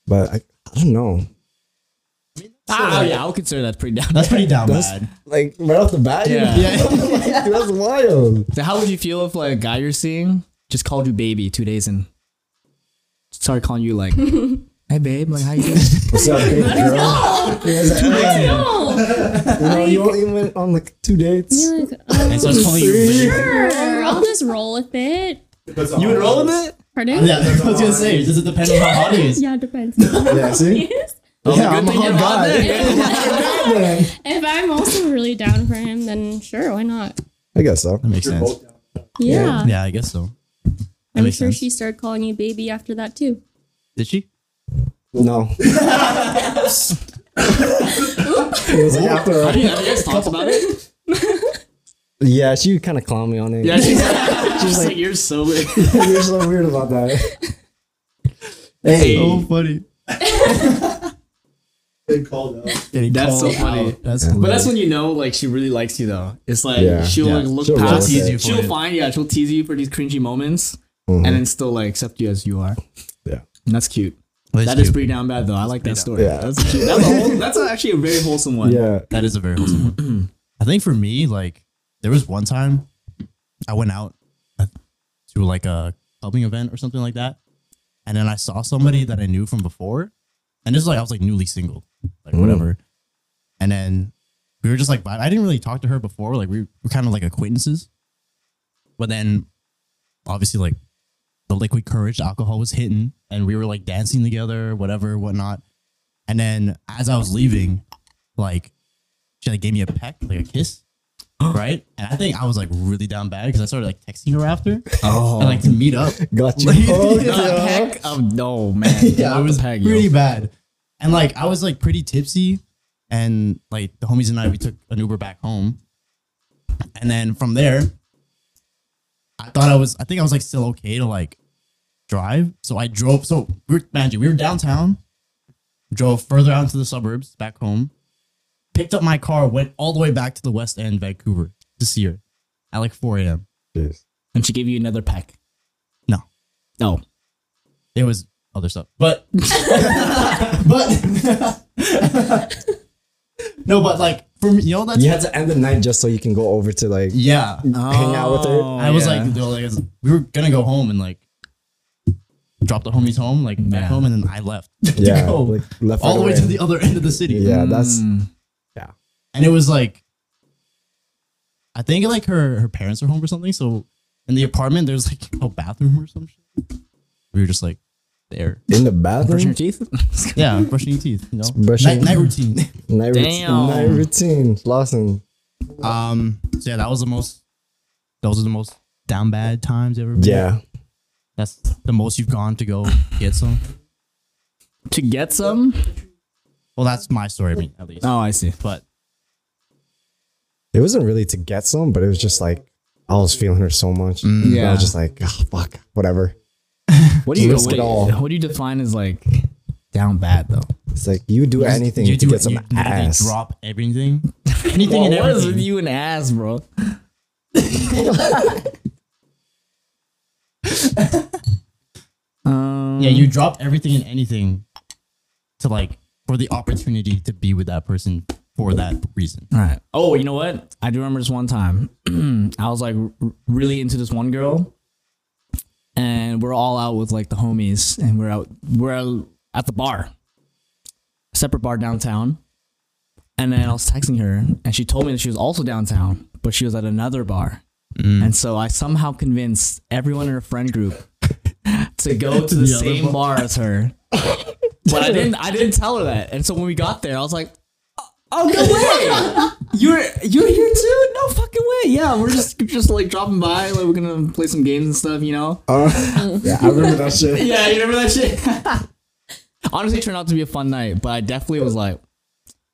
S3: but I, I don't know.
S2: Ah, yeah, I would consider that pretty down.
S1: That's pretty down
S3: That's-
S1: bad.
S3: Like right off the bat,
S2: Yeah.
S3: yeah, that's wild.
S2: So how would you feel if like a guy you're seeing just called you baby two days and started calling you like, hey babe, like how you doing?
S3: What's up, big girl? He was like, "Hey,
S5: No.
S3: you know, you only went on like two dates.
S5: You're like, oh,
S1: And so it's calling you.
S3: See?
S1: baby.
S5: sure. I'll just roll with it.
S4: Depends on
S2: you
S4: how
S2: would roll
S4: it
S2: with it?
S5: Pardon?
S1: Yeah, that's what I was gonna say. Does it depend on how hot it is? Oh,
S5: Yeah, it depends. if
S3: Yeah, see, yeah, I'm a
S2: thing
S3: hard
S2: you're not
S3: guy.
S2: there.
S3: Yeah,
S5: I'm also really down for him, then sure, why not?
S3: I guess so.
S1: That makes
S4: You're
S1: sense.
S4: both down.
S5: Yeah.
S1: Yeah, I guess so. That
S5: I'm
S1: makes
S5: sure
S1: sense.
S5: she started calling you baby after that too.
S1: Did she?
S3: No, it was like
S2: Have
S3: after. uh,
S2: you have you guys talked about it?
S3: Yeah, she kind of clowned me on it.
S2: Yeah,
S3: Yeah,
S2: she's, she's like, you're so weird.
S3: you're so weird about that.
S2: Hey,
S1: Oh, funny.
S4: They called out.
S2: That's so funny.
S1: That's
S2: But that's when you know, like, she really likes you, though. It's like
S3: Yeah.
S2: she'll
S1: Yeah.
S2: like look
S3: She'll
S2: past
S3: tease
S2: it.
S1: you for
S2: She'll
S1: it.
S2: find, yeah, she'll tease you for these cringy moments,
S3: Mm-hmm.
S2: and then still like accept you as you are.
S3: Yeah.
S2: and that's cute.
S1: Well, it's
S2: That is
S1: cute.
S2: pretty down bad, though. I like that story.
S3: Yeah.
S2: That's cute. That's, a whole, that's actually a very wholesome one.
S3: Yeah,
S1: That is a very wholesome one. I think for me, like there was one time I went out uh, to like a clubbing event or something like that, and then I saw somebody that I knew from before, and this is like I was like newly single, like whatever, and then we were just like vi- I didn't really talk to her before, like we were kind of like acquaintances, but then obviously like the liquid courage alcohol was hitting, and we were like dancing together, whatever, whatnot, and then as I was leaving, like she like gave me a peck, like a kiss, right? And I think I was like really down bad because I started like texting her after,
S2: Oh,
S1: and like to meet up.
S3: got you. Oh,
S1: Like,
S3: hooked,
S1: yeah,
S3: yo.
S2: heck of no, man.
S1: yeah,
S2: Not
S1: it
S2: the
S1: was
S2: peg, yo.
S1: pretty bad. And like I was like pretty tipsy, and like the homies and I we took an Uber back home, and then from there, I thought I was I think I was like still okay to like drive. So I drove. So we were mind you, we were downtown, drove further out into the suburbs back home, picked up my car, went all the way back to the West End, Vancouver, to see her at like 4 a.m.
S3: Jeez.
S2: And she gave you another peck.
S1: No.
S2: No.
S1: There was other stuff, but but no, but like from you know that's
S3: You had to end the night just so you can go over to like
S1: yeah.
S3: hang out with her.
S1: Oh, I was
S2: yeah.
S1: like, they were like, we were gonna go home and like drop the homies home, like back
S2: Yeah.
S1: home, and then I left to
S3: Yeah,
S1: go
S3: like left
S1: all the way
S3: right
S1: to
S3: away.
S1: the other end of the city.
S3: Yeah, that's
S2: Mm.
S1: and it was like I think like her her parents are home or something. So in the apartment, there's like no bathroom or some shit. We were just like there,
S3: in the
S2: brushing your
S3: bathroom.
S2: teeth.
S1: yeah, brushing your teeth, you know,
S3: Brushing-
S1: night, night routine.
S3: Night, routine,
S2: Damn.
S3: night routine, Lawson.
S1: Um. So yeah, that was the most. Those are the most down bad times ever. been.
S3: Yeah,
S1: That's the most you've gone to go get some.
S2: to get some.
S1: Well, that's my story. I mean, at least.
S2: Oh, I see.
S1: But
S3: It wasn't really to get some, but it was just like I was feeling her so much. I
S1: Mm.
S2: Yeah.
S3: was just like, oh, fuck, whatever.
S2: What do you
S3: Risk
S2: what,
S3: it all.
S2: what do you define as like down bad though?
S3: It's like you do anything
S1: you
S3: to
S1: do
S3: get some
S1: you literally
S3: ass.
S1: Drop everything. Anything and
S2: what is with
S1: everything.
S2: you and ass, bro? um,
S1: Yeah, you drop everything and anything to like for the opportunity to be with that person for that reason.
S2: All right. Oh, you know what? I do remember this one time. I was like r- really into this one girl, and we're all out with like the homies, and we're out we're out at the bar, separate bar downtown. And then I was texting her, and she told me that she was also downtown, but she was at another bar. And so I somehow convinced everyone in her friend group to go to the,
S1: The other
S2: same bar. as her. But I didn't. I didn't tell her that. And so when we got there, I was like, "Oh no way! You're you're here too? No fucking way! Yeah, we're just just like dropping by. Like we're gonna play some games and stuff, you know?
S3: yeah, I remember that shit.
S2: Yeah, you remember that shit? Honestly, it turned out to be a fun night, but I definitely was like,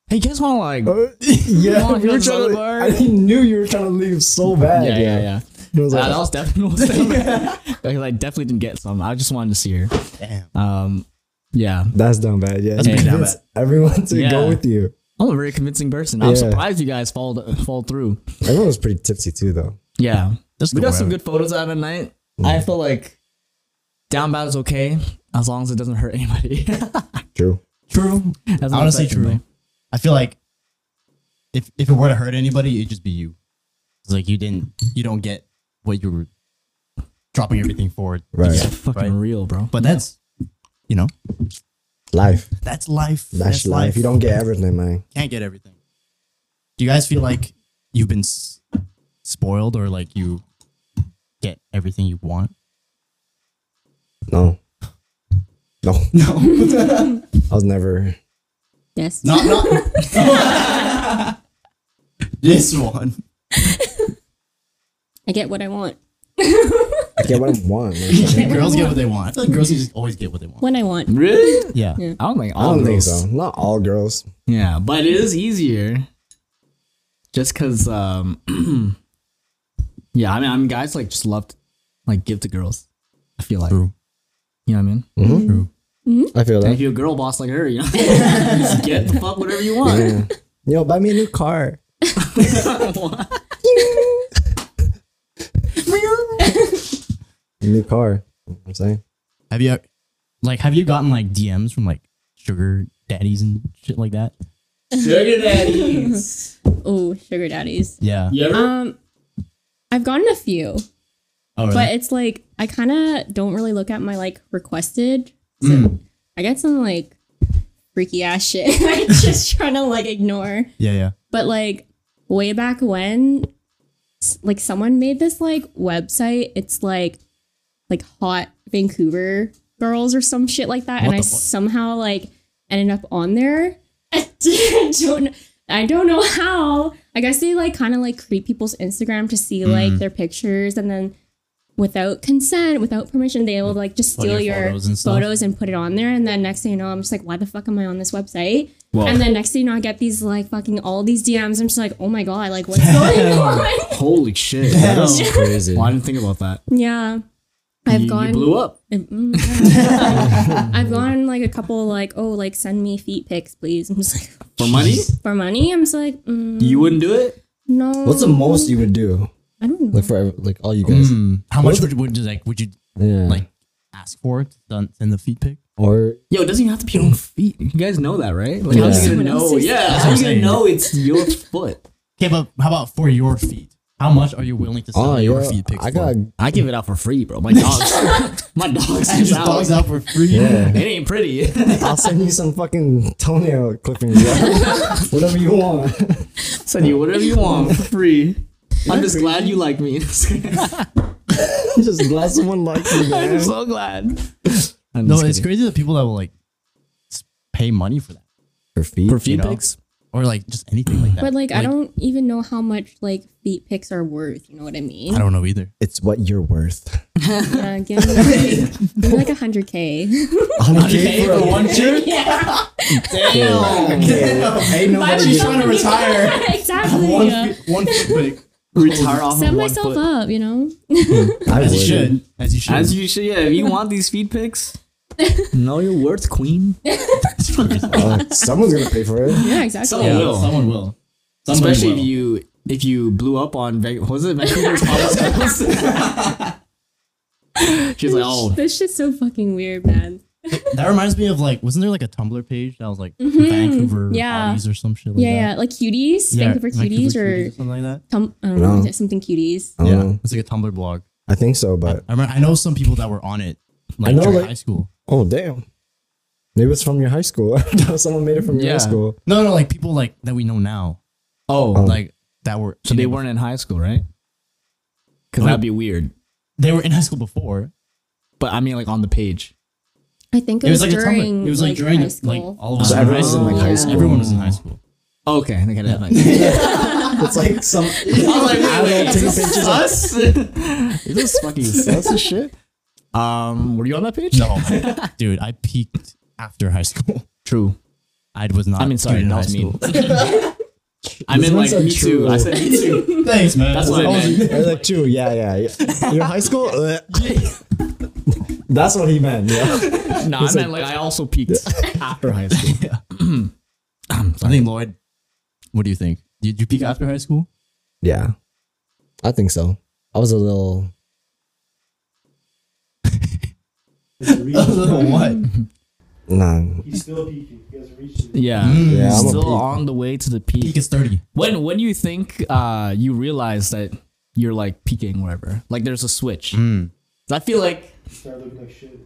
S2: "Hey, you guys want to like?"
S3: Uh, yeah,
S2: wanna
S3: we
S2: go
S3: were
S2: to
S3: trying
S2: the
S3: to,
S2: bar?
S3: I knew you were trying to leave so bad.
S2: yeah, yeah, yeah.
S3: It was
S2: Nah,
S3: like,
S2: that was "Oh." definitely because I definitely didn't get some. I just wanted to see her.
S1: Damn.
S2: Um, yeah,
S3: that's down bad. Yeah,
S1: That's
S3: You
S1: pretty down
S3: convince everyone to
S2: Yeah.
S3: go with you.
S2: I'm a very convincing person. I'm
S3: Yeah.
S2: surprised you guys followed followed through.
S3: Everyone was pretty tipsy too, though.
S2: Yeah,
S1: That's
S2: we
S1: cool,
S2: got some
S1: whatever.
S2: good photos out of the night. I feel like down bad is okay as long as it doesn't hurt anybody.
S3: True.
S1: True.
S2: That's my
S1: Honestly,
S2: second
S1: true.
S2: thing.
S1: I feel like if if it were to hurt anybody, it'd just be you. It's like you didn't you don't get what you were dropping everything for. to
S3: Right.
S1: get,
S2: Fucking
S1: right?
S2: real, bro.
S1: But that's you know,
S3: Life.
S1: that's life.
S3: That's, life. You don't get everything, man.
S1: can't get everything. Do you guys feel like you've been s- spoiled or like you get everything you want?
S3: No. No. No. I was never.
S5: Yes.
S1: Not not this one.
S5: I get what I want
S3: I get what I want. man.
S1: girls get what they want. I feel like girls just always get what they want.
S5: when I want.
S2: Really?
S1: Yeah.
S2: I don't think
S3: I
S2: all
S3: don't think
S2: girls-
S3: so. Not all girls.
S2: Yeah, but it is easier. Just because, um, yeah, I mean, I mean, guys like just love to like give to girls. I feel like,
S1: True.
S2: you know what I mean.
S3: I feel
S2: And
S3: that.
S2: if you're a girl boss like her, you know, just get the fuck whatever you want.
S3: Yeah. Yo, buy me a new car. new car. You know what I'm saying.
S1: Have you like have you gotten like DMs from like sugar daddies and shit like that?
S2: Sugar daddies.
S5: Oh, sugar daddies.
S1: Yeah.
S2: You ever?
S5: Um, I've gotten a few,
S1: Oh, really?
S5: but it's like I kind of don't really look at my like requested. So
S1: Hmm.
S5: I get some like freaky ass shit. I just trying to like ignore.
S1: yeah, yeah.
S5: But like way back when, s- like someone made this like website. It's like like hot Vancouver girls or some shit like that, and
S1: What
S5: I
S1: the fuck?
S5: somehow like ended up on there. I don't. kn- I don't know how. I guess they like kind of like creep people's Instagram to see like their pictures, and then without consent, without permission, they will like just
S1: All your
S5: steal your,
S1: photos
S5: photos,
S1: and
S5: and
S1: stuff.
S5: put it on there. And then next thing you know, I'm just like, why the fuck am I on this website? And then next thing you know, I get these like fucking all these DMs. I'm just like, oh my god, like what's going on?
S2: Holy shit!
S3: That's crazy.
S2: Well, I didn't think about that.
S5: Yeah, I've
S2: you,
S5: gone.
S2: you blew up.
S5: Mm, yeah. I've gone like a couple like oh like send me feet pics please. I'm just like
S2: For money?
S5: for money. I'm just like mm,
S2: You wouldn't do it?
S5: no.
S3: What's the most you would do?
S5: I don't know.
S3: Like for ev- like all you guys.
S1: How much would, would you like would you
S3: Yeah.
S1: Mm. like ask for it to send the feed pic?
S3: or
S2: Yo, it doesn't even have to be on feet. You guys know that, right? Like, how are you gonna
S5: Yeah. Someone
S2: know?
S5: else's-
S2: Yeah,
S1: That's
S2: how
S1: what
S2: you
S1: I'm
S2: gonna know it's your foot?
S1: Okay, but how about for your feet? How much are you willing to sell
S3: oh
S1: your
S3: yeah,
S1: feed pics
S3: I got
S1: for?
S2: I give it out for free, bro. My dogs, my dogs,
S1: I
S2: is
S1: just
S2: out.
S1: dogs out for free.
S3: yeah.
S2: It ain't pretty.
S3: I'll send you some fucking toenail clippings. yeah. Whatever you want.
S2: Send you whatever you want for free. I'm just glad you like me.
S3: Just glad someone likes you,
S2: I'm
S3: man.
S2: so glad. I'm
S1: No, it's
S2: just kidding.
S1: crazy that people that will like s- pay money for that.
S3: For feet.
S2: For feet
S1: you know?
S2: pics?
S1: or like just anything like that.
S5: But like, I don't even know how much like feet pics are worth. You know what I mean?
S1: I don't know either.
S3: It's what you're worth.
S5: yeah, give me like, give me like 100k.
S2: Pay for one shirt? Damn.
S1: Hey, no,
S5: she's trying to retire. exactly. yeah.
S1: one foot
S2: Retire off
S5: Set
S2: of one
S5: myself
S2: foot.
S5: up, you know.
S3: I
S1: As
S3: would.
S1: you should. As you should.
S2: As you should, yeah. If you want these feed pics, know your worth, queen.
S3: Uh, someone's gonna pay for it.
S5: Yeah, exactly.
S2: Someone will.
S1: Someone will. Someone
S2: Especially
S1: will.
S2: if you if you blew up on Van- what was it Vancouver's house. She's like, oh,
S5: This shit's so fucking weird, man.
S1: That reminds me of like, wasn't there like a Tumblr page that was like Vancouver
S5: Mm-hmm. Yeah.
S1: bodies or some shit like
S5: Yeah,
S1: that?
S5: yeah, like cuties, Vancouver cuties, or
S1: something like that.
S5: tum- I don't know,
S3: No.
S5: something cuties.
S3: I don't know.
S1: it's like a Tumblr blog.
S3: I think so, but
S1: I remember, I know some people that were on it, like
S3: know,
S1: during
S3: like-
S1: high school.
S3: oh damn. Maybe it's from your high school. Someone made it from your
S2: Yeah.
S3: high school.
S1: No, no, like people like that we know now,
S2: oh,
S1: like that were
S2: so they weren't in high school, right? Because that'd be weird.
S1: they were in high school before.
S2: But I mean, like on the page.
S5: I think it,
S1: It was
S5: was,
S1: like a
S5: during
S1: Tumblr. It was like, during
S5: high
S1: like
S5: school.
S1: all of us.
S3: So
S1: were
S3: everyone was in, like, high
S1: Yeah.
S3: school.
S1: Everyone was in high school.
S2: Okay, I think I did. Like, I
S3: It's like some
S2: was like, wait, wait,
S3: taking
S2: is this
S3: pictures
S2: us? is this fucking sus as shit? Um, were you on that page?
S1: No, dude, I peaked after high school.
S2: True.
S1: I was not.
S2: I mean, sorry,
S1: good in
S2: that
S1: high
S2: was me.
S1: school.
S2: I mean, like
S3: one's
S2: me
S3: untrue.
S2: too. I said me too.
S1: Thanks, man.
S2: That's what I meant.
S3: I was like two, yeah, yeah, yeah. Your high school? Uh, That's what he meant. Yeah.
S2: No, I meant like I also peaked after high school.
S1: I think Lloyd. What do you think? Did you peak after high school?
S3: Yeah. I think so. I was a little.
S4: It's a reach.
S1: what?
S3: Nah.
S4: He's still peeking. He has reached it.
S2: Yeah,
S3: Yeah, I'm
S2: Mm.
S3: a
S2: still
S3: peak.
S2: on the way to the
S1: Peak
S2: peak.
S1: is thirty.
S2: When when do you think uh, you realize that you're like peaking wherever? Like there's a switch.
S3: Mm.
S2: 'Cause I feel like
S4: Start looking like shit.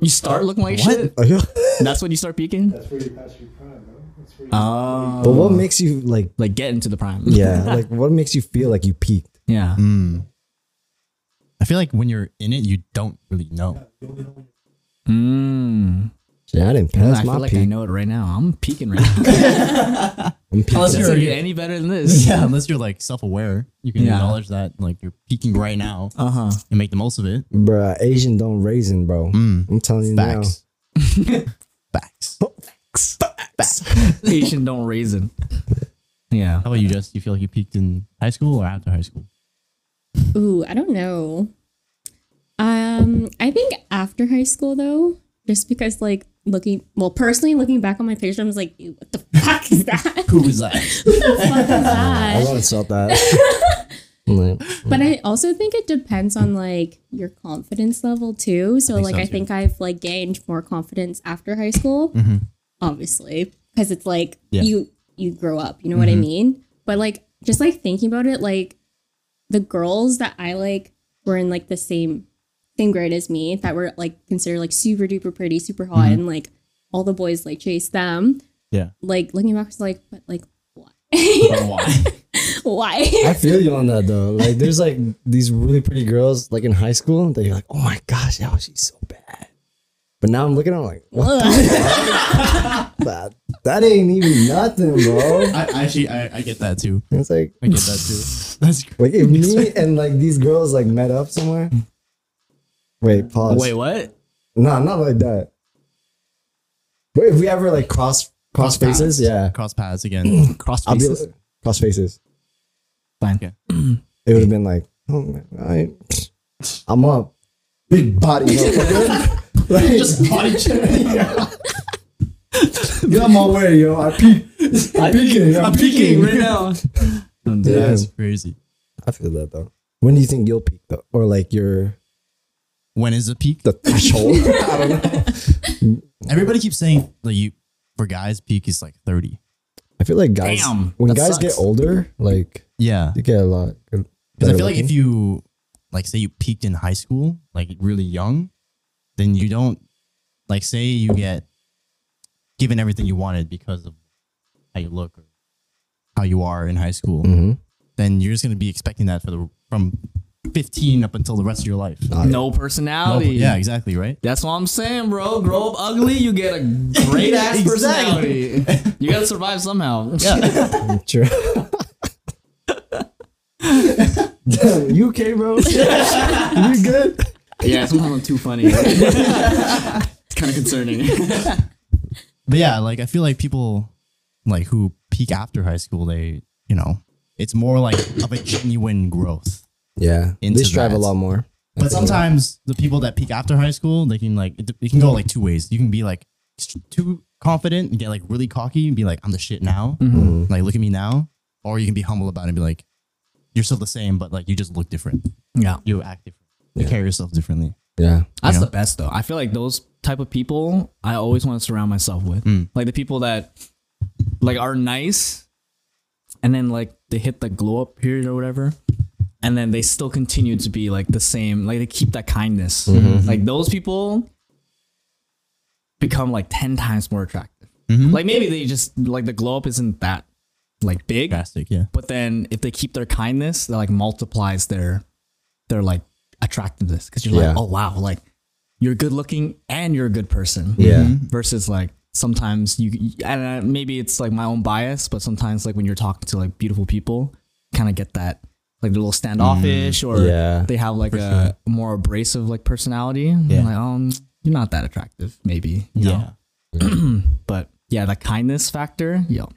S2: you start looking like shit.
S3: Oh, yeah.
S2: That's when you start peaking.
S4: That's where you pass your prime, bro. That's where you.
S1: Uh,
S2: Oh,
S3: But what makes you like?
S2: like get into the prime.
S3: Yeah. Mm. Like what makes you feel like you peaked?
S2: yeah.
S1: I feel like when you're in it, you don't really know.
S2: Mm.
S3: Yeah, I didn't
S2: I
S3: pass
S2: feel
S3: my
S2: like I
S3: peak.
S2: know it right now. I'm peaking right now.
S3: I'm peaking.
S1: Unless
S2: Doesn't
S1: you're,
S2: get any better than this.
S1: yeah, unless you're like self-aware, you can
S2: Yeah.
S1: acknowledge that like you're peaking right now
S2: Uh huh.
S1: and make the most of it.
S3: Bruh, Asian don't raisin, bro. I'm telling you
S1: Facts. Facts. How
S2: Asian don't raisin. Yeah.
S1: about you, Jess? You feel like you peaked in high school or after high school?
S5: Ooh, I don't know. Um, I think after high school though, just because like looking well personally looking back on my picture, I was like, "Ew, what the fuck is that?
S1: Who was that?
S3: now. I always felt that. I'm like,
S5: but I also think it depends on like your confidence level too. So like
S1: so,
S5: I
S1: too.
S5: think I've like gained more confidence after high school, obviously, because it's like
S1: Mm-hmm. Yeah. Mm-hmm.
S5: you you grow up. You know what I mean? But like just like thinking about it, like the girls that I like were in like the same same grade as me that were like considered like super duper pretty, super hot, and like all the boys like chased them.
S1: Mm-hmm. Yeah.
S5: Like looking back, it's like, but like why?
S1: But why?
S5: why?
S3: I feel you on that though. Like, there's like these really pretty girls, like in high school, that you're like, oh my gosh, yo, she's so bad. But now I'm looking at her like, what that? That ain't even nothing, bro.
S1: I, actually, I, I get that too.
S3: It's like,
S1: I get that too. That's
S3: like if me and like these girls like met up somewhere. Wait, pause.
S2: Wait, what?
S3: nah, not like that. But if we ever like cross cross, faces, yeah,
S1: Cross paths again.
S2: Cross
S3: I'll be
S2: faces.
S3: cross faces.
S2: Fine.
S3: It would have been like, oh man, I, I'm up, big body, motherfucker. like, just
S1: body
S3: get out my way, yo. I peek, I'm peeking, I'm, peeking.
S2: right now.
S3: Yeah,
S1: That's crazy.
S3: I feel that though. When do you think you'll peak though, or like your
S1: When is the peak?
S3: the threshold? I don't know.
S1: Everybody keeps saying like you for guys, peak is like thirty.
S3: I feel like guys,
S2: Damn,
S3: when
S2: that
S3: guys
S2: sucks.
S3: get older, like
S1: Yeah,
S3: you get a lot.
S1: because I feel like if you like say you peaked in high school, like really young, then you don't like say you get given everything you wanted because of how you look or how you are in high school.
S3: hmm
S1: Then you're just gonna be expecting that for the from 15 up until the rest of your life.
S2: No
S1: No,
S2: personality.
S1: yeah, exactly, right?
S2: That's what I'm saying, bro. Grow up ugly, you get a great ass
S1: Exactly.
S2: personality. You gotta survive somehow.
S1: Yeah.
S3: True. you okay, bro? you good?
S2: yeah, sometimes I'm too funny. it's kind of concerning.
S1: but yeah, like I feel like people like who peak after high school, they, you know, it's more like of a genuine growth.
S3: Yeah,
S1: Into
S3: they strive
S1: that.
S3: a lot more.
S1: But sometimes the people that peak after high school, they can like it, it can go like two ways. You can be like ext- too confident and get like really cocky and be like, "I'm the shit now," like look at me now, or you can be humble about it and be like, "You're still the same, but like you just look different.
S2: Yeah.
S1: You act different. You carry yourself differently."
S3: Yeah,
S2: That's
S1: You know?
S2: the best though. I feel like those type of people I always want to surround myself with. Like the people that like are nice and then like they hit the glow up period or whatever. And then they still continue to be like the same. Like they keep that kindness. Like those people become like ten times more attractive. Like maybe they just like the glow up isn't that like big.
S1: Drastic, yeah.
S2: But then if they keep their kindness, that like multiplies their their like attractiveness because you're
S3: Yeah.
S2: like, oh wow, like you're good looking and you're a good person.
S3: Yeah.
S2: Versus like sometimes you and uh, maybe it's like my own bias, but sometimes like when you're talking to like beautiful people, kind of get that like a little standoffish or
S3: Mm. Yeah,
S2: they have like a more abrasive like personality.
S1: Yeah.
S2: Yeah. Like um, you're not that attractive, maybe. you know? but yeah, the kindness factor, yo,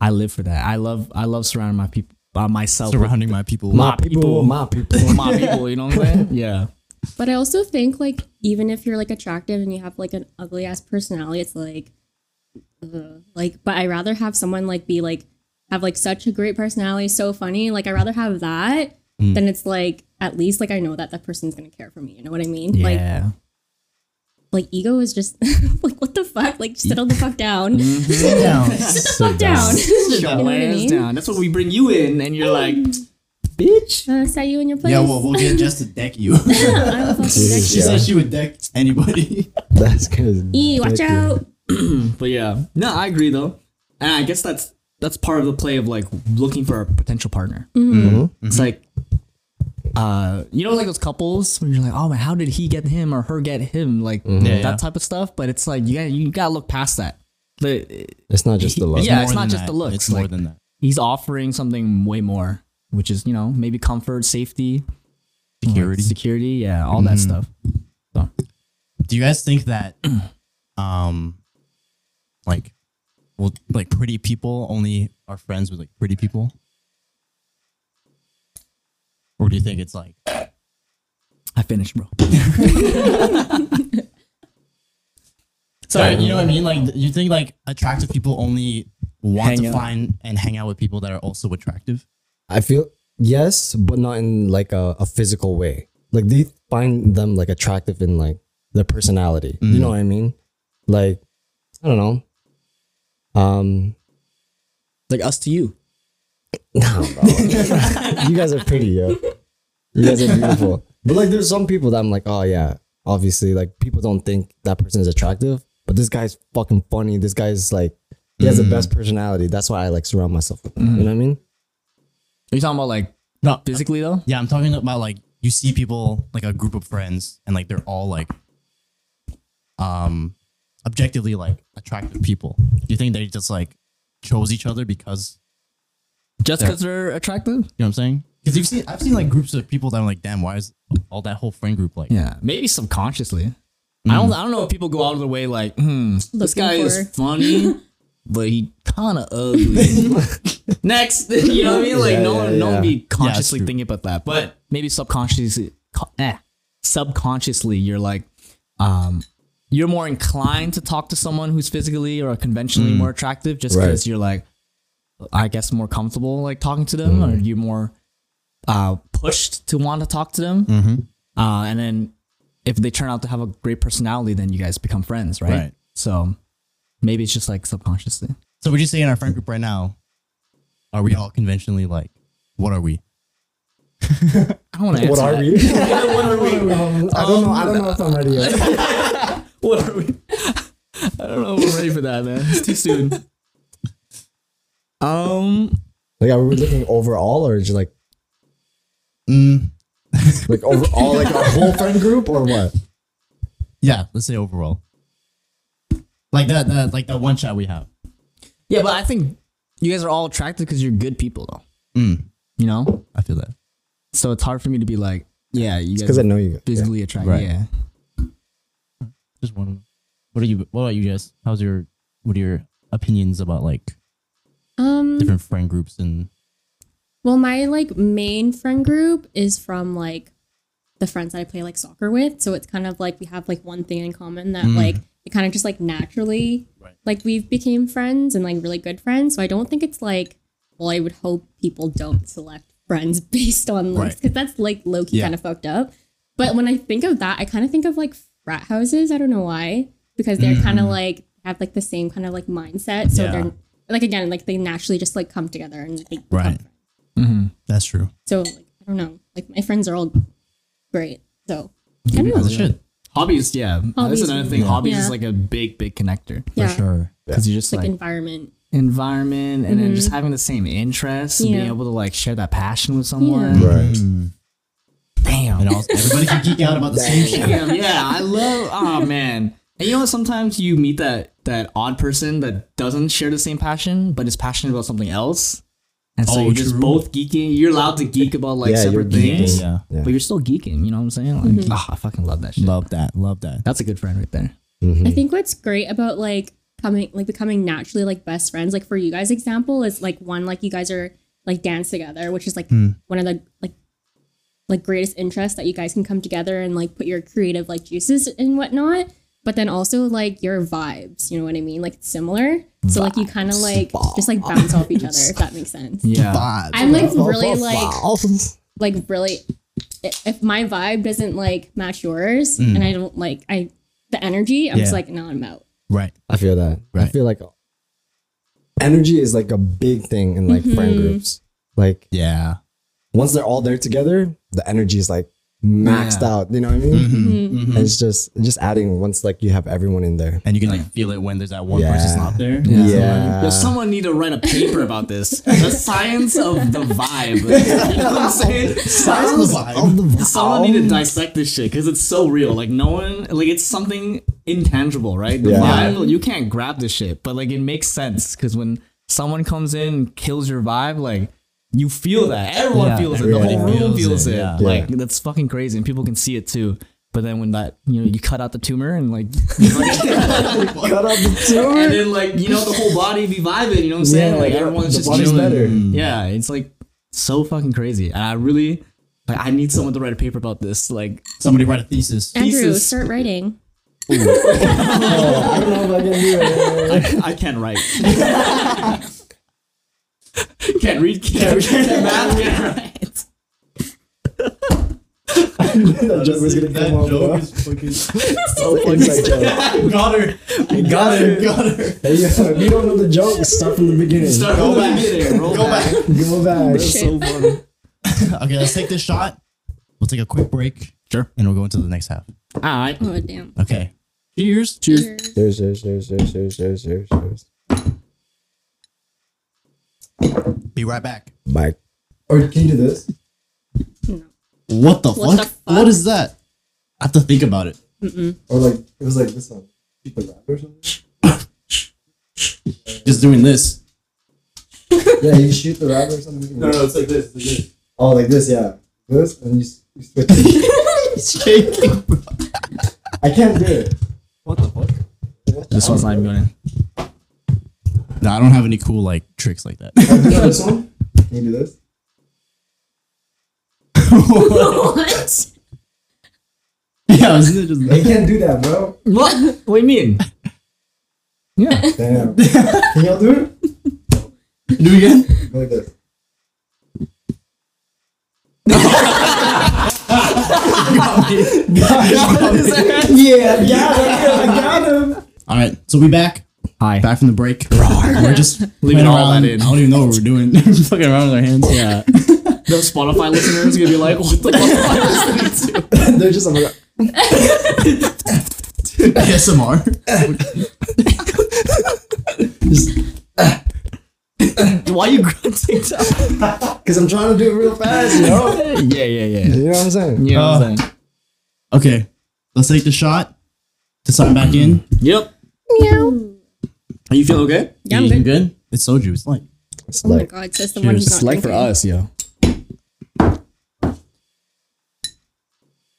S2: I live for that. I love, I love surrounding my people, by myself, with
S1: Surrounding my people.
S2: my people, my,
S3: my people.
S2: people. You know what I'm saying? Yeah,
S5: But I also think like even if you're like attractive and you have like an ugly ass personality, it's like, ugh. like. But I rather have someone like be like have like such a great personality, so funny. Like I rather have that than it's like at least like I know that that person's gonna care for me. You know what I mean? Like
S2: yeah.
S5: like ego is just like what the fuck? Like settle the fuck down,
S1: Sit down.
S5: sit the fuck down. you know what I
S2: Lands
S5: mean?
S2: down. That's what we bring you in, and you're like, bitch.
S5: Uh, set you in your place.
S1: yeah, well, we'll get Jess to deck you.
S5: I'm fucking
S1: she
S5: sexy.
S1: said she would deck anybody.
S3: That's good.
S5: E, watch out.
S2: But yeah, no, I agree though, and I guess that's that's part of the play of like looking for a potential partner. It's like, uh, you know, like those couples when you're like, oh man, how did he get him or her get him, like
S1: Yeah,
S2: that
S1: yeah.
S2: type of stuff. But it's like you got you got to look past that. The,
S3: It's not just the love.
S2: Yeah, it's
S1: More
S2: not
S1: than
S2: just
S1: that.
S2: the looks.
S1: It's
S2: like,
S1: more than that.
S2: he's offering something way more, which is you know maybe comfort, safety, like,
S1: Security.
S2: security, yeah, all
S3: Mm-hmm.
S2: that stuff. So,
S1: do you guys think that um like well like pretty people only are friends with like pretty people or do you think it's like
S2: I finished, bro.
S1: sorry you know what i mean like you think like attractive people only want
S2: Hang
S1: to
S2: out.
S1: find and hang out with people that are also attractive
S3: I feel yes, but not in like a, a physical way. Like they find them like attractive in like their personality. You know what I mean? Like I don't know. Um,
S2: Like us to you.
S3: no, bro. you guys are pretty, yo. You guys are beautiful. But like, there's some people that I'm like, oh yeah, obviously, like people don't think that person is attractive, but this guy's fucking funny. This guy's like, he has the best personality. That's why I like surround myself with. him. You know what I mean?
S2: Are you talking about like
S1: no
S2: physically though?
S1: yeah i'm talking about like you see people like a group of friends and like they're all like um objectively like attractive people do you think they just like chose each other because
S2: Just because they're attractive?
S1: You know what I'm saying? Because you've seen, I've seen like groups of people that I'm like, damn, why is all that whole friend group like?
S2: Yeah, maybe subconsciously.
S3: Mm.
S2: I don't. I don't know if people go out of their way like, hmm, this
S5: Looking
S2: guy is
S5: for-
S2: funny, but he kind of ugly. Next, you know what I mean? Like,
S3: Yeah,
S2: no,
S3: yeah,
S2: one, no
S3: yeah.
S2: one be consciously
S1: true.
S2: thinking about that, but maybe subconsciously, co- eh, subconsciously, you're like, um, you're more inclined to talk to someone who's physically or conventionally more attractive, just
S3: Mm. Right.
S2: because you're like, I guess, more comfortable like talking to them,
S3: Mm.
S2: or you're more uh, pushed to want to talk to them.
S3: Mm-hmm.
S2: Uh, and then if they turn out to have a great personality, then you guys become friends, right?
S1: Right.
S2: So maybe it's just like subconsciously.
S1: So would you say in our friend group right now, are we all conventionally like, what are we?
S2: I don't want to answer
S3: What are
S2: that.
S3: we? what are we? Um, I don't know. I don't know if I'm ready yet.
S2: What are we? I don't know. if We're ready for that, man. It's too soon. Um,
S3: Like, are we looking overall or just like, Like overall, like our whole friend group or what?
S1: Yeah, let's say overall. Like that, that like that one shot we have.
S2: Yeah, but I think you guys are all attracted because you're good people, though.
S3: Mm.
S2: You know,
S1: I feel that.
S2: so it's hard for me to be like, yeah, you guys
S3: Because I
S2: are
S3: know you. Yeah.
S2: physically attracted.
S1: Right.
S2: Yeah,
S1: Just one. What are you? What about you guys? How's your? What are your opinions about like
S5: Um.
S1: different friend groups and?
S5: Well, my like main friend group is from like the friends that I play like soccer with. So it's kind of like we have like one thing in common that like it kind of just like naturally
S1: Mm. Right.
S5: like we've became friends and like really good friends. So I don't think it's like well, I would hope people don't select friends based on looks
S1: Right.
S5: because that's like low key
S1: Yeah.
S5: kind of fucked up. But when I think of that, I kind of think of like frat houses. I don't know why because they're kind of like have like the same kind of like mindset. So
S1: Mm. Yeah.
S5: they're like again like they naturally just like come together and like, they become
S1: Right.
S5: friends.
S1: That's true.
S5: So like, I don't know. Like my friends are all great. So I don't
S1: That's
S5: know.
S1: shit.
S2: hobbies. Yeah,
S5: Hobbies.
S2: that's another thing. Hobbies is
S5: Yeah.
S2: like a big, big connector
S5: Yeah.
S1: Sure.
S2: because you're just
S5: It's like
S2: like
S5: environment.
S2: environment and then just having the same interests and being
S5: Yeah.
S2: able to like share that passion with someone.
S3: Right.
S1: And
S2: Damn.
S1: also, everybody can geek out about the same shit.
S2: Damn. Yeah, I love. Oh man. And you know, what? sometimes you meet that that odd person that doesn't share the same passion, but is passionate about something else, and so
S1: Oh,
S2: you're just
S1: true.
S2: both geeking. You're allowed to geek about like
S3: Yeah, you're
S2: separate
S3: geeking,
S2: things,
S1: yeah.
S3: Yeah.
S2: but you're still geeking. You know what I'm saying? Like, ah, I fucking love that shit.
S1: Love that. Love that.
S2: That's a good friend right there.
S5: I think what's great about like coming like becoming naturally like best friends, like for you guys example, is like one, like you guys are like dance together, which is like one of the like like greatest interests that you guys can come together and like put your creative like juices and whatnot. But then also like your vibes, you know what I mean? Like it's similar. So like you kind of like just like bounce off each other, if that makes sense.
S2: Yeah.
S1: Vibes.
S5: I'm like really like
S3: Vibes.
S5: like really i- if my vibe doesn't like match yours and I don't like I the energy, I'm just
S1: Yeah.
S5: like, no, I'm out.
S1: Right.
S3: I feel that. I
S1: Right.
S3: feel like energy is like a big thing in like friend groups. Like
S1: Yeah.
S3: once they're all there together, the energy is like maxed
S2: Yeah.
S3: out. You know what I mean? And it's just just adding once like you have everyone in there.
S1: And you can like feel it when there's that one
S3: Yeah.
S1: person not there.
S3: Yeah.
S2: Does someone need to write a paper about this? the science of the vibe. You know what I'm saying?
S1: That's the vibe.
S2: Someone need to dissect this shit because it's so real. Like no one, like it's something intangible, right? The
S3: Yeah.
S2: vibe, you can't grab this shit, but like it makes sense because when someone comes in and kills your vibe, like you feel that. Everyone
S1: Yeah,
S2: feels it. The whole
S1: everybody
S2: room
S1: feels
S2: feels
S1: it,
S2: it.
S1: yeah.
S2: Like that's fucking crazy, and people can see it too. But then when that you know you cut out the tumor and like
S3: Cut out the
S2: and
S3: tour.
S2: then like you know the whole body be vibing. You know what I'm saying?
S3: Yeah,
S2: like
S3: the-
S2: everyone's
S3: the
S2: just
S3: body's
S2: chilling.
S3: better.
S2: Yeah, it's like so fucking crazy. And I really like I need someone to write a paper about this. Like
S1: Somebody write a thesis.
S5: Andrew,
S2: Pieces.
S5: start writing.
S3: I don't know if I can do it.
S2: I, I can't write. can't read. Can't read. Can't math. Can't write.
S3: That joke was gonna come
S1: That
S3: up. bro.
S1: joke is fucking.
S3: Inside joke.
S1: got her. Got her. Got her.
S3: Hey, yo, if you don't know the joke, start from the beginning.
S2: Start
S1: Go
S2: from the
S1: back.
S2: beginning. Roll
S1: Go
S2: back.
S3: Go back.
S2: That's so funny.
S1: Okay, let's take this shot. We'll take a quick break. Sure. And we'll go into the next half.
S2: All right.
S5: Oh damn.
S1: Okay. Cheers.
S5: Cheers.
S3: There's, there's, there's, there's, there's, there's, there's, there's.
S1: Be right back.
S3: Mike. Or can you do this?
S5: No.
S1: What the,
S5: What
S1: fuck?
S5: the fuck?
S1: What is that? I have to think about it.
S3: Or like it was like this one. The rap or something?
S1: Just doing this.
S3: Yeah, you shoot the rap or something.
S4: No, no, it's like this. It's like this.
S3: Oh, like this, yeah. This and you, s- you switch.
S1: Shaking.
S3: I can't do it.
S4: What the fuck?
S2: This one's not even going. in.
S1: No, I don't have any cool like tricks like that.
S3: Can you do this one? Can you do this?
S5: What? Oh
S1: yeah, isn't it just
S3: I can't do that, bro.
S2: What? What do you mean? Yeah.
S3: Damn. Can y'all do it?
S1: do it again?
S3: Go like this. Yeah, I got him. I got him.
S1: All right, so we back.
S2: Hi.
S1: Back from the break. we're just
S2: Leaving
S1: playing
S2: all
S1: around.
S2: that in.
S1: I don't even know what we're doing. fucking around with our hands.
S2: Yeah. The Spotify listener is gonna be like, what the fuck am I listening to?
S3: They're just I'm like,
S1: ASMR.
S2: Why are you grunting?
S3: Because I'm trying to do it real fast, you know?
S2: yeah, yeah, yeah.
S3: you know what I'm saying?
S2: You know what I'm
S1: Uh,
S2: saying?
S1: Okay, let's take the shot to sign back in.
S2: Yep.
S5: Meow.
S1: Are you feeling good?
S5: Yeah, I'm
S1: You
S5: good.
S1: good. It's soju. It's like
S3: It's
S5: Oh my
S3: like,
S5: god, it's just the one who's
S1: Cheers.
S5: not
S3: like for
S5: drinking.
S3: us, yo.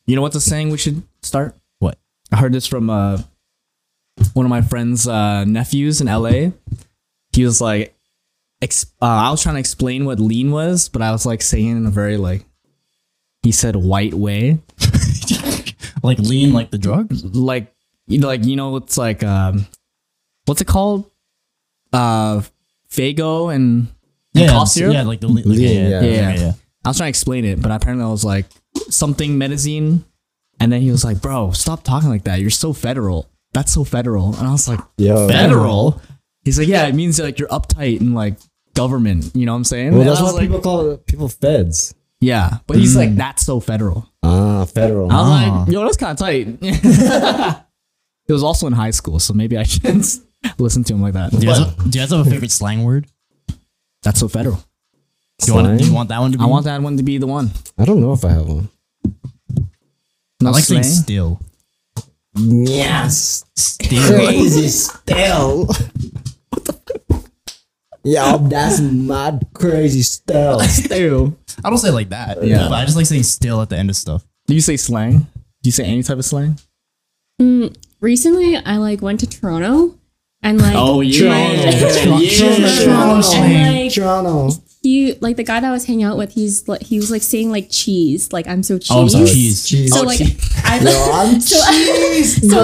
S2: You know what's a saying we should start?
S1: what?
S2: I heard this from uh, one of my friend's uh, nephews in LA. He was like, ex- uh, I was trying to explain what lean was, but I was like saying in a very like, he said white way,
S1: Like lean, like the drug.
S2: like you know, like you know it's like um, what's it called? Uh, Fago and, and cough
S1: it's-
S2: syrup.
S1: yeah, like the lean. Like,
S3: Lean,
S1: yeah,
S3: yeah.
S1: yeah, yeah,
S2: Yeah. I was trying to explain it, but apparently I was like something medicine, and then he was like, "Bro, stop talking like that. You're so federal. That's so federal." And I was like,
S3: Yo.
S2: "Federal?" He's like, "Yeah, it means like you're uptight and like government. You know what I'm saying?"
S3: Well,
S2: And
S3: that's
S2: I was
S3: what
S2: like,
S3: people call people feds.
S2: "Yeah," but he's like, "That's so federal."
S3: Ah, federal.
S2: I was like, "Yo, that's kind of tight." it was also in high school, so maybe I should listen to him like that.
S1: Do you, guys have, do you guys have a favorite slang word?
S2: That's so federal.
S1: Do you, want, do you
S3: Slang?
S1: want that one to be?
S2: I want that one to be the one.
S3: I don't know if I have one.
S1: I
S2: No
S1: like saying
S2: slang.
S1: still.
S3: Yes.
S1: Still.
S3: still. Yo, that's mad crazy still.
S2: Ew.
S1: I don't say it like that.
S2: Yeah.
S1: But I just like saying still at the end of stuff.
S2: Do you say slang? Do you say any type of slang?
S5: Recently, I like went to Toronto and like
S1: Oh, Toronto. Toronto slang.
S5: and like
S3: Toronto.
S5: he like the guy that I was hanging out with, he's like he was like saying like cheese, like I'm so cheese.
S1: Oh, I'm sorry. Cheese.
S3: Cheese.
S5: So like I
S3: Yo, I'm cheese, bro.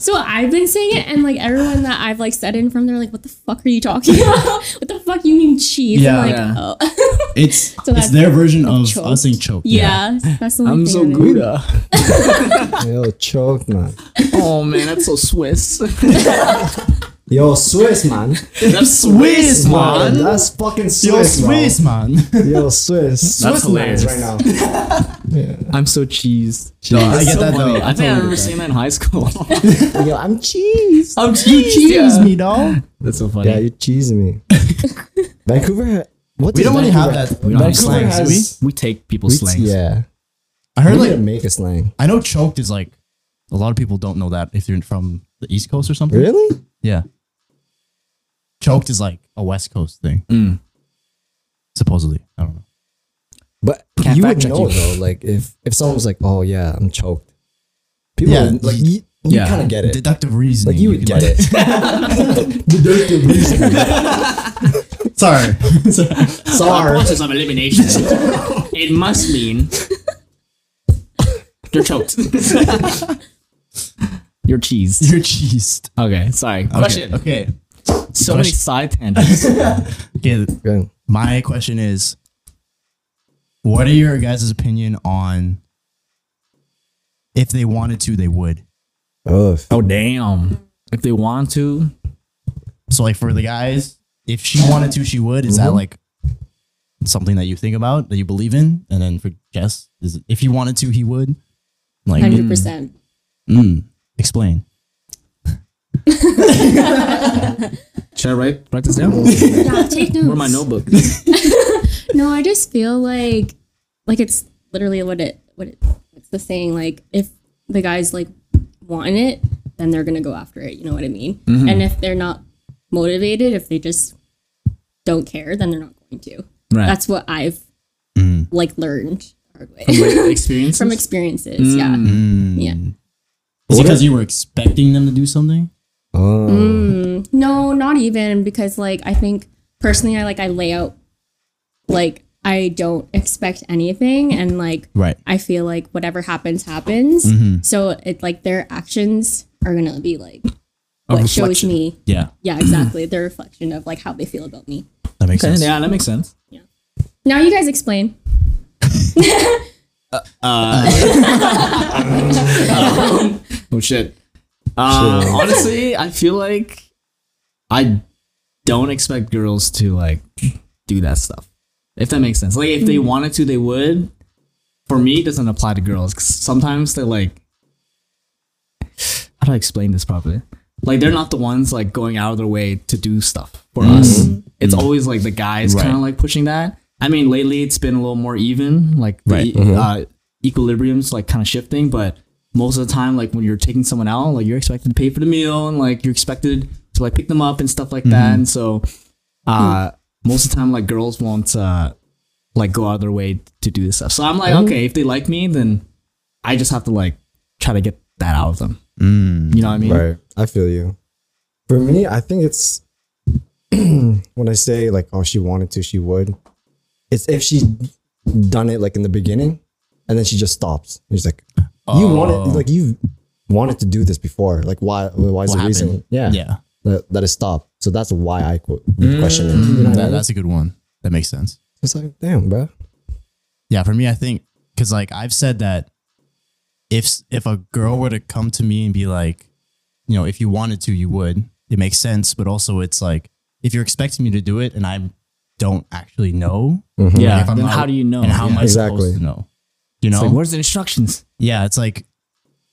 S5: so I've been saying it, and like everyone that I've like said in from, they're like, "What the fuck are you talking about? what the fuck you mean cheese?"
S1: Yeah.
S5: I'm like,
S2: Yeah.
S5: "Oh."
S1: It's it's
S5: that's-
S1: their version of
S5: Choke.
S1: us saying choke.
S5: yeah. that's the only thing I know.
S3: Yo, choke, man.
S2: Oh man, that's so Swiss.
S3: Yo, Swiss, man.
S2: that's
S1: Swiss
S3: Yo,
S1: man.
S3: that's fucking Swiss,
S1: Yo, Swiss man.
S3: Bro. Yo, Swiss.
S2: That's
S3: Swiss man's
S2: hilarious.
S3: right now.
S2: I'm so cheese.
S1: No, I get that
S3: Oh,
S1: though.
S2: I, think I
S1: totally
S2: remember
S1: get that.
S2: seeing that in high school.
S3: Yo, I'm cheese.
S2: I'm
S1: You
S2: cheese.
S1: cheese me, dog.
S2: Oh, That's so funny.
S3: Yeah, you're cheesing me. Vancouver. ha- What
S1: We
S3: does
S1: don't really have
S3: Vancouver-
S1: that. We
S2: don't have
S1: slang,
S3: Vancouver
S1: do we?
S3: has-
S2: we take
S3: we-
S2: people's slangs.
S3: Yeah,
S1: I
S3: I
S1: heard
S3: really
S1: like
S3: make a slang.
S1: I know choked is like a lot of people don't know that if you're from the East Coast or something.
S3: Really?
S1: Yeah. Choked is like a West Coast thing.
S2: Mm.
S1: Supposedly. I don't know.
S3: But
S2: Can't
S3: you
S2: fact
S3: would
S2: check
S3: know
S2: you.
S3: though, like if if someone was like, "Oh yeah, I'm choked," people
S1: Yeah,
S3: would, like you, you
S2: yeah.
S3: kind of get it.
S1: Deductive reasoning.
S3: Uh, like you would
S1: could,
S3: get
S1: like-
S3: it. Deductive reasoning.
S1: Sorry.
S3: Sorry.
S2: of elimination. it must mean you're choked. you're cheese.
S1: You're cheesed.
S2: Okay, sorry.
S1: Okay.
S2: Question.
S1: Okay.
S2: So many side tangents.
S1: Okay.
S3: Good.
S1: My question is what are your guys' opinion on if they wanted to, they would?
S3: Oh, f-
S2: oh damn! If they want to,
S1: So like for the guys, if she wanted to, she would. Is that like something that you think about that you believe in? And then for Jess, is it, if he wanted to, he would. Like
S5: Hundred percent.
S1: mm, explain.
S2: should I write write this down?
S5: Yeah, take notes.
S2: Where my notebook?
S5: No, I just feel like like it's literally what it what it what's the saying like if the guys like want it, then they're gonna go after it. You know what I mean? And if they're not motivated, if they just don't care, then they're not going to.
S2: Right.
S5: That's what I've like learned the hard way
S2: Experience.
S5: from experiences.
S3: Mm.
S5: Yeah, yeah.
S1: Is it because you were expecting them to do something?
S3: oh.
S5: No, not even because like I think personally, I like I lay out like I don't expect anything, and like
S1: Right.
S5: I feel like whatever happens happens.
S3: Mm-hmm.
S5: So it like their actions are gonna be like what shows
S2: reflection.
S5: me.
S1: Yeah,
S3: Mm-hmm.
S5: Yeah, exactly. the reflection of like how they feel about me.
S1: that makes
S2: Okay,
S1: sense.
S2: yeah, that makes sense.
S5: Now you guys explain.
S2: Oh shit. Uh, honestly, I feel like I don't expect girls to like do that stuff. If that makes sense. Like if they wanted to, they would. For me, it doesn't apply to girls 'cause sometimes they're like, how do I explain this properly? Like they're not the ones like going out of their way to do stuff for us. It's always like the guys
S1: Mm-hmm. Right.
S2: kind of like pushing that. I mean, lately it's been a little more even, like the
S1: Right. Mm-hmm.
S2: e- uh, equilibrium's like kind of shifting. But most of the time, like when you're taking someone out, like you're expected to pay for the meal and like you're expected to like pick them up and stuff like
S1: Mm-hmm.
S2: that. And so, uh, most of the time, like girls won't uh, like go out of their way to do this stuff. So I'm like, okay, if they like me, then I just have to like try to get that out of them. You know what I mean?
S3: Right. I feel you. For me, I think it's when I say like, oh, she wanted to, she would. It's if she done it like in the beginning, and then she just stops. And she's like, you wanted like you wanted to do this before. Like why? Why is
S1: What
S3: the reason?
S1: happened?
S3: Yeah.
S1: Yeah.
S3: That, that is stopped. So that's why I qu- question it. You know what I
S1: Mm. That,
S3: mean?
S1: that's a good one. That makes sense.
S3: It's like, damn, bro.
S1: Yeah, for me, I think because like I've said that if if a girl were to come to me and be like, you know, if you wanted to, you would. It makes sense, but also it's like if you're expecting me to do it and I don't actually know,
S2: Mm-hmm. Yeah.
S1: if I'm
S2: then
S1: out-
S2: how do you know?
S1: and how
S2: Yeah.
S1: am I
S3: Exactly.
S1: supposed to know? You know,
S2: It's like, where's the instructions?
S1: yeah, it's like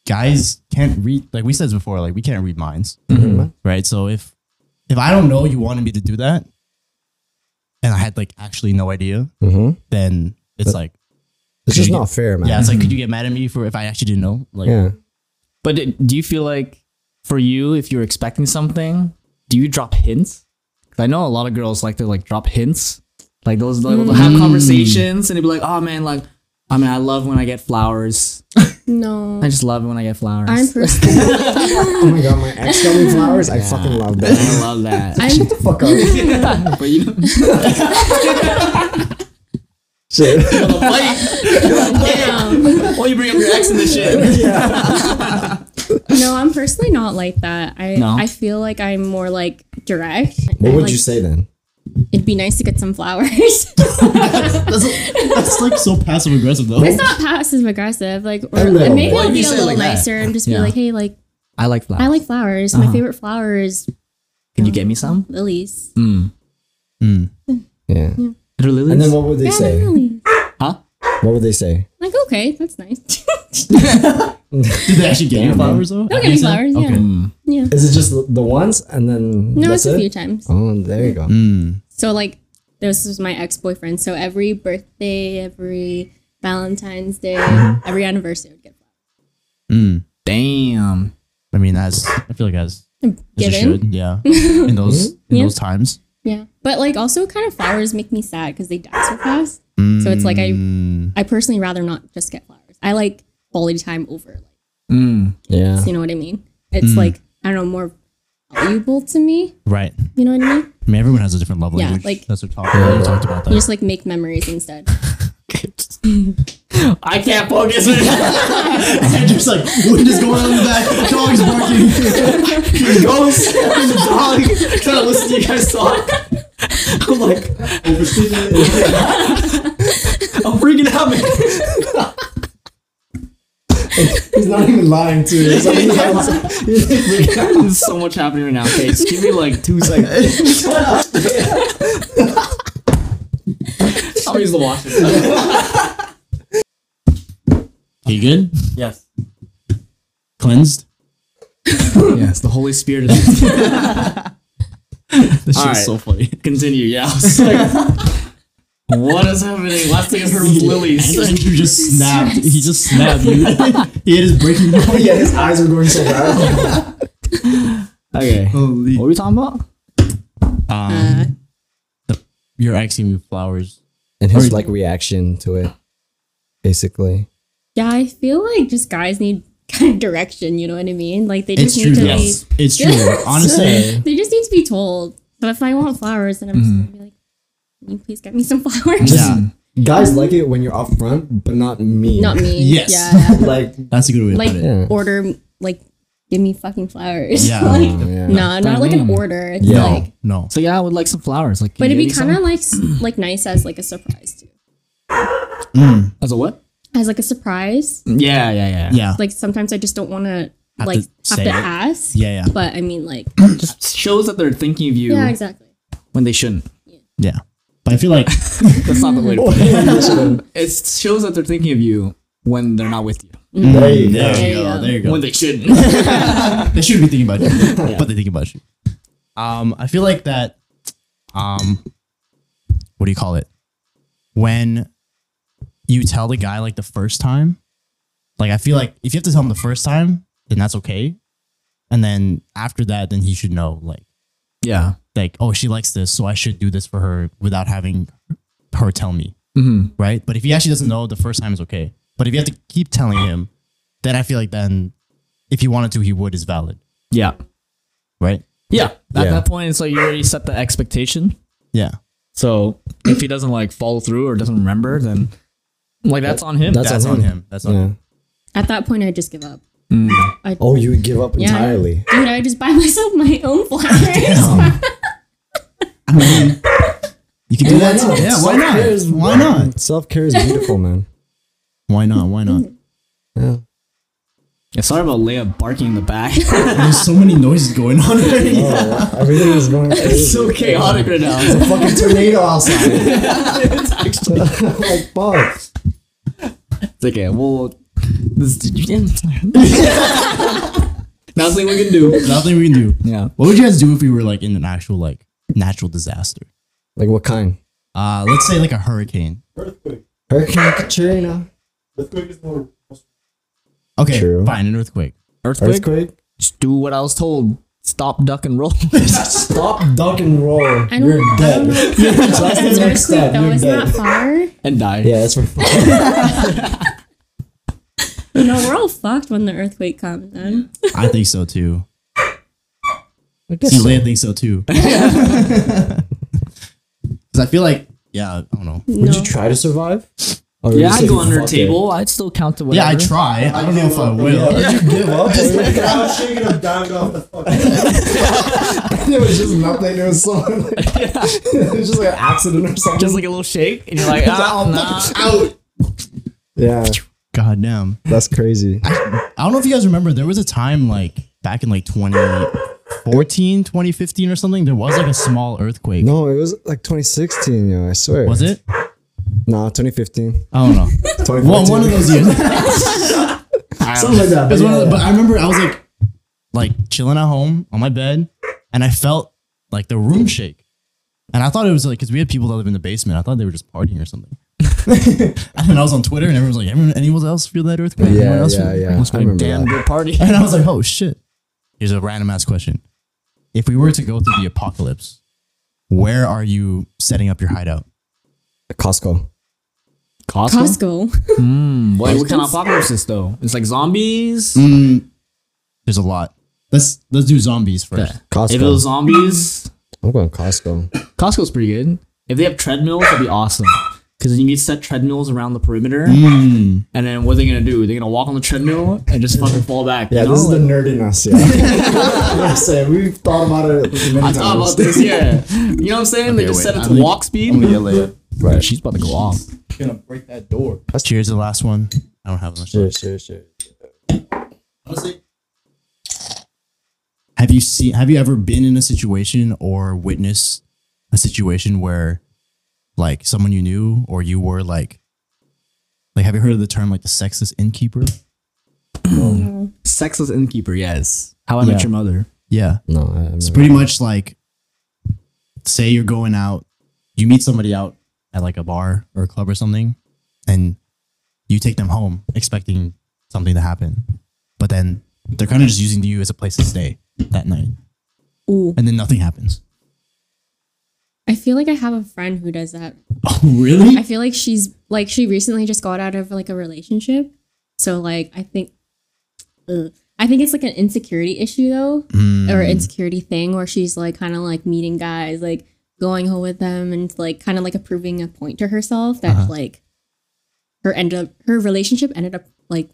S1: guys can't read. Like we said this before, like we can't read minds,
S2: Mm-hmm.
S1: right? So if if I don't know you wanted me to do that, and I had like actually no idea,
S2: Mm-hmm.
S1: then it's like
S3: It's just not fair, man.
S1: yeah, it's like, could you get mad at me for if I actually didn't know? Like,
S3: yeah.
S2: But it- do you feel like for you, if you're expecting something, do you drop hints? 'Cause I know a lot of girls like to like drop hints, like those like, they'll have conversations and they'll be like, oh man, like I mean, I love when I get flowers.
S5: No.
S2: I just love it when I get flowers.
S5: I'm personally
S3: Oh my god, my ex got me flowers. I fucking love that.
S2: I love that.
S5: I'm
S3: Fuck up.
S2: but you know,
S3: Shit.
S5: Damn.
S2: well, Oh, you bring up your ex in this shit.
S5: No, I'm personally not like that. I
S2: No?
S5: I feel like I'm more like direct.
S3: What would you say then?
S5: It'd be nice to get some flowers.
S1: that's like so passive aggressive though.
S5: it's not passive aggressive. Like, or
S3: A little
S5: maybe
S3: bit.
S5: I'll
S2: You
S5: be a
S2: say it
S5: little
S2: like that.
S5: nicer and just
S2: Yeah. Uh-huh.
S5: be like, hey, like,
S2: I like flowers.
S5: I like flowers. My favorite flower is
S2: Can you get me some?
S5: lilies.
S3: Yeah.
S2: They're lilies.
S3: And then what would they
S5: Yeah, they're
S3: say?
S5: lilies.
S2: huh?
S3: What would they say?
S5: Like, okay, that's nice.
S1: Did they actually get you flowers though?
S5: Don't get me flowers. Yeah.
S2: Mm,
S5: Yeah.
S3: Is it just the once and then
S5: No,
S3: that's
S5: it's a few
S3: it?
S5: times.
S3: Oh, there you go.
S1: Mm.
S5: So like this was my ex-boyfriend. So every birthday, every Valentine's Day,
S2: Mm-hmm.
S5: every anniversary I would get
S2: Damn.
S1: I mean, as I feel like as, as it
S5: given.
S1: should, yeah. In those in
S5: Yeah.
S1: those times,
S5: Yeah. But like also kind of flowers make me sad because they die so fast. So it's like
S1: Mm.
S5: I I personally rather not just get flowers. I like quality time over like
S3: Yeah.
S5: you know what I mean? It's
S1: Mm.
S5: like I don't know, more valuable to me.
S1: right?
S5: You know what I mean?
S1: I mean, everyone has a different love
S5: Yeah,
S1: language.
S5: like-
S1: that's what talk, we talked about
S5: You
S1: that.
S5: just like make memories instead.
S2: I can't focus. It
S1: just like wind is going on in the back, dogs barking.
S2: goes. The dog. Trying to listen to you guys talk. I'm like, I'm freaking out, man.
S3: He's not even lying to you. It's like he has-
S2: There's so much happening right now. Okay, just give me like two seconds. I'll use the washroom.
S1: you good?
S4: Yes.
S1: Cleansed?
S2: Yes, the Holy Spirit is
S1: This shit's
S2: All right.
S1: so funny.
S2: continue. Yeah, I was like, what is happening? Last thing I heard was lilies.
S1: Andrew just snapped. He just snapped. dude. he had his breaking
S3: Oh, yeah, his eyes are going so bad.
S2: Okay, what
S1: Holy.
S2: were we talking about?
S5: Uh,
S1: You're Um, asking me flowers.
S3: And his like reaction to it, basically.
S5: yeah, I feel like just guys need kind of direction, you know what I mean? Like they
S1: It's
S5: just
S1: true.
S5: need to
S1: though.
S5: be
S1: It's true. Honestly, Mm-hmm.
S5: They just need to be told. But if I want flowers, then I'm just gonna be like, "Can you please get me some flowers?"
S1: yeah.
S3: Guys like it when you're up front, but not me.
S5: Not me.
S1: Yes.
S5: Yeah.
S3: Like,
S1: That's a good way to
S5: Like
S1: put it.
S5: order, like give me fucking flowers.
S1: Yeah.
S5: like,
S3: yeah.
S5: No, not like an order. It's
S3: Yeah.
S5: like,
S1: No.
S2: So yeah, I would like some flowers. Like,
S5: but
S2: can
S5: it'd
S2: you
S5: be
S2: get me
S5: kind of
S2: some?
S5: like s- like nice as like a surprise too,
S2: as a what?
S5: as like a surprise.
S2: Yeah, yeah, yeah.
S1: Yeah.
S5: Like sometimes I just don't want to
S1: Have
S5: like
S1: to
S5: have
S1: say
S5: to
S1: it.
S5: ask.
S1: Yeah, yeah.
S5: But I mean, like,
S2: Just shows that they're thinking of you
S5: yeah, exactly.
S2: when they shouldn't.
S1: Yeah. But I feel like
S2: That's not the way to put it. it shows that they're thinking of you when they're not with you.
S3: There you go.
S1: Mm, there you
S5: you
S1: go,
S5: go.
S1: there you
S2: When
S1: go.
S2: they shouldn't.
S1: They should be thinking about you, but they think about you. Um, I feel like that. um what do you call it? When you tell the guy like the first time, like I feel like if you have to tell him the first time, then that's okay. And then after that, then he should know like
S2: Yeah.
S1: like, oh, she likes this, so I should do this for her without having her tell me. Right? But if he actually doesn't know, the first time is okay. But if you have to keep telling him, then I feel like then if he wanted to, he would is valid.
S2: Yeah.
S1: Right?
S2: Yeah. At
S3: Yeah.
S2: that point, it's like you already set the expectation.
S1: Yeah.
S2: So if he doesn't like follow through or doesn't remember, then like that's on him.
S3: That's-
S1: That's, on
S3: on
S1: him. That's on
S3: Yeah.
S1: him.
S5: At that point, I just give up. I,
S3: Oh, you would give up
S5: Yeah.
S3: entirely.
S5: Dude, I would just buy myself my own flowers.
S1: You can do that
S3: not?
S1: too. Yeah, why not?
S3: Self-care is-
S1: Why not?
S3: Self care is beautiful, man.
S1: Why not? Why not?
S2: Yeah, sorry about Leia barking in the back.
S1: There's so many noises going on already.
S3: Oh, everything is going crazy.
S2: it's so chaotic right now.
S3: It's a fucking tornado outside.
S2: it's actually
S3: like, fuck.
S2: it's okay. Well, this, nothing we can do.
S1: Nothing we can do.
S2: Yeah.
S1: What would you guys do if we were like in an actual like natural disaster?
S3: Like, what kind?
S1: Uh let's say like a hurricane.
S4: Earthquake.
S3: Hurricane Katrina.
S4: Earthquake is more.
S1: Okay,
S3: True.
S1: fine, an earthquake.
S2: Earthquake.
S3: Earthquake.
S2: Just do what I was told. Stop, duck, and roll.
S3: Stop, duck, and roll.
S5: don't-
S3: You're dead. That's the next
S5: Earthquake,
S3: step.
S5: though,
S3: You're
S5: it's not
S3: dead.
S5: far.
S2: and die.
S3: Yeah, that's for fun.
S5: You know, we're all fucked when the earthquake comes. Man.
S1: I think so too. See, Leia thinks so too. Because I feel like, yeah, I don't know.
S5: No.
S3: Would you try to survive? Or
S2: Yeah,
S3: you
S2: I'd
S3: say,
S2: go under a
S3: "Fuck it."
S2: table. I'd still count to whatever.
S1: Yeah, I try. I don't know if I
S3: Yeah,
S1: will.
S3: would you give up?
S4: I was shaking a dime off the fucking.
S3: it was just nothing. It was someone. Like, it was just like an accident or something.
S2: Just like a little shake, and you're like, ah, nah.
S1: Out.
S3: yeah,
S1: God damn.
S3: that's crazy.
S1: I don't know if you guys remember, there was a time like back in like 2014, 2015 or something, there was like a small earthquake.
S3: No, it was like 2016, yo. I swear.
S1: Was it?
S3: Nah, 2015.
S1: I don't know.
S3: 2014.
S1: One, one of those years.
S3: Something like that.
S1: It was one of the, but I remember I was like, like chilling at home on my bed, and I felt like the room shake, and I thought it was like because we had people that live in the basement. I thought they were just partying or something. and then I was on Twitter, and everyone was like, "Everyone, anyone else feel that earthquake?
S3: Yeah,
S1: anyone else
S3: yeah,
S1: feel-"
S3: yeah.
S2: Must
S3: I
S2: be a
S3: remember
S2: damn
S3: that.
S2: good party.
S1: And I was like, "Oh shit!" Here's a random ass question: If we were to go through the apocalypse, where are you setting up your hideout?
S3: Costco.
S2: Costco.
S5: Costco.
S2: Wait, what kind of apocalypse is this, though? It's like zombies.
S1: There's a lot. Let's let's do zombies first.
S3: Costco.
S2: If it was zombies,
S3: I'm going Costco.
S2: Costco's pretty good. If they have treadmills, that'd be awesome. Because then you need to set treadmills around the perimeter, and then what are they gonna do? They're gonna walk on the treadmill and just fucking fall back. you
S3: Yeah,
S2: know?
S3: this is the nerd in us. Yeah. Yeah, so we've thought about it many
S2: I
S3: times.
S2: thought about this. Yeah, you know what I'm saying? they
S1: Okay,
S2: just
S1: wait,
S2: set it
S1: I'm
S2: to
S1: gonna-
S2: walk speed.
S3: Right.
S2: She's about to go off.
S4: Gonna break that door.
S1: Cheers, the last one. I don't have much.
S3: Sure, sure, sure.
S4: Honestly,
S1: Have you seen have you ever been in a situation or witnessed a situation where like someone you knew or you were like like have you heard of the term like the sexist innkeeper?
S2: Sexless innkeeper. Yes. How I
S1: Yeah.
S2: met your mother.
S1: Yeah.
S3: No, I, I'm
S1: It's pretty much like say you're going out, you meet somebody out at like a bar or a club or something, and you take them home expecting something to happen. But then they're kind of just using you as a place to stay that night.
S5: Ooh.
S1: And then nothing happens.
S5: I feel like I have a friend who does that.
S1: Oh really?
S5: I feel like she's like she recently just got out of like a relationship. So like I think ugh. I think it's like an insecurity issue though
S1: Mm.
S5: or insecurity thing where she's like kind of like meeting guys like going home with them and like kind of like approving a point to herself that
S1: Uh-huh.
S5: like her end up her relationship ended up like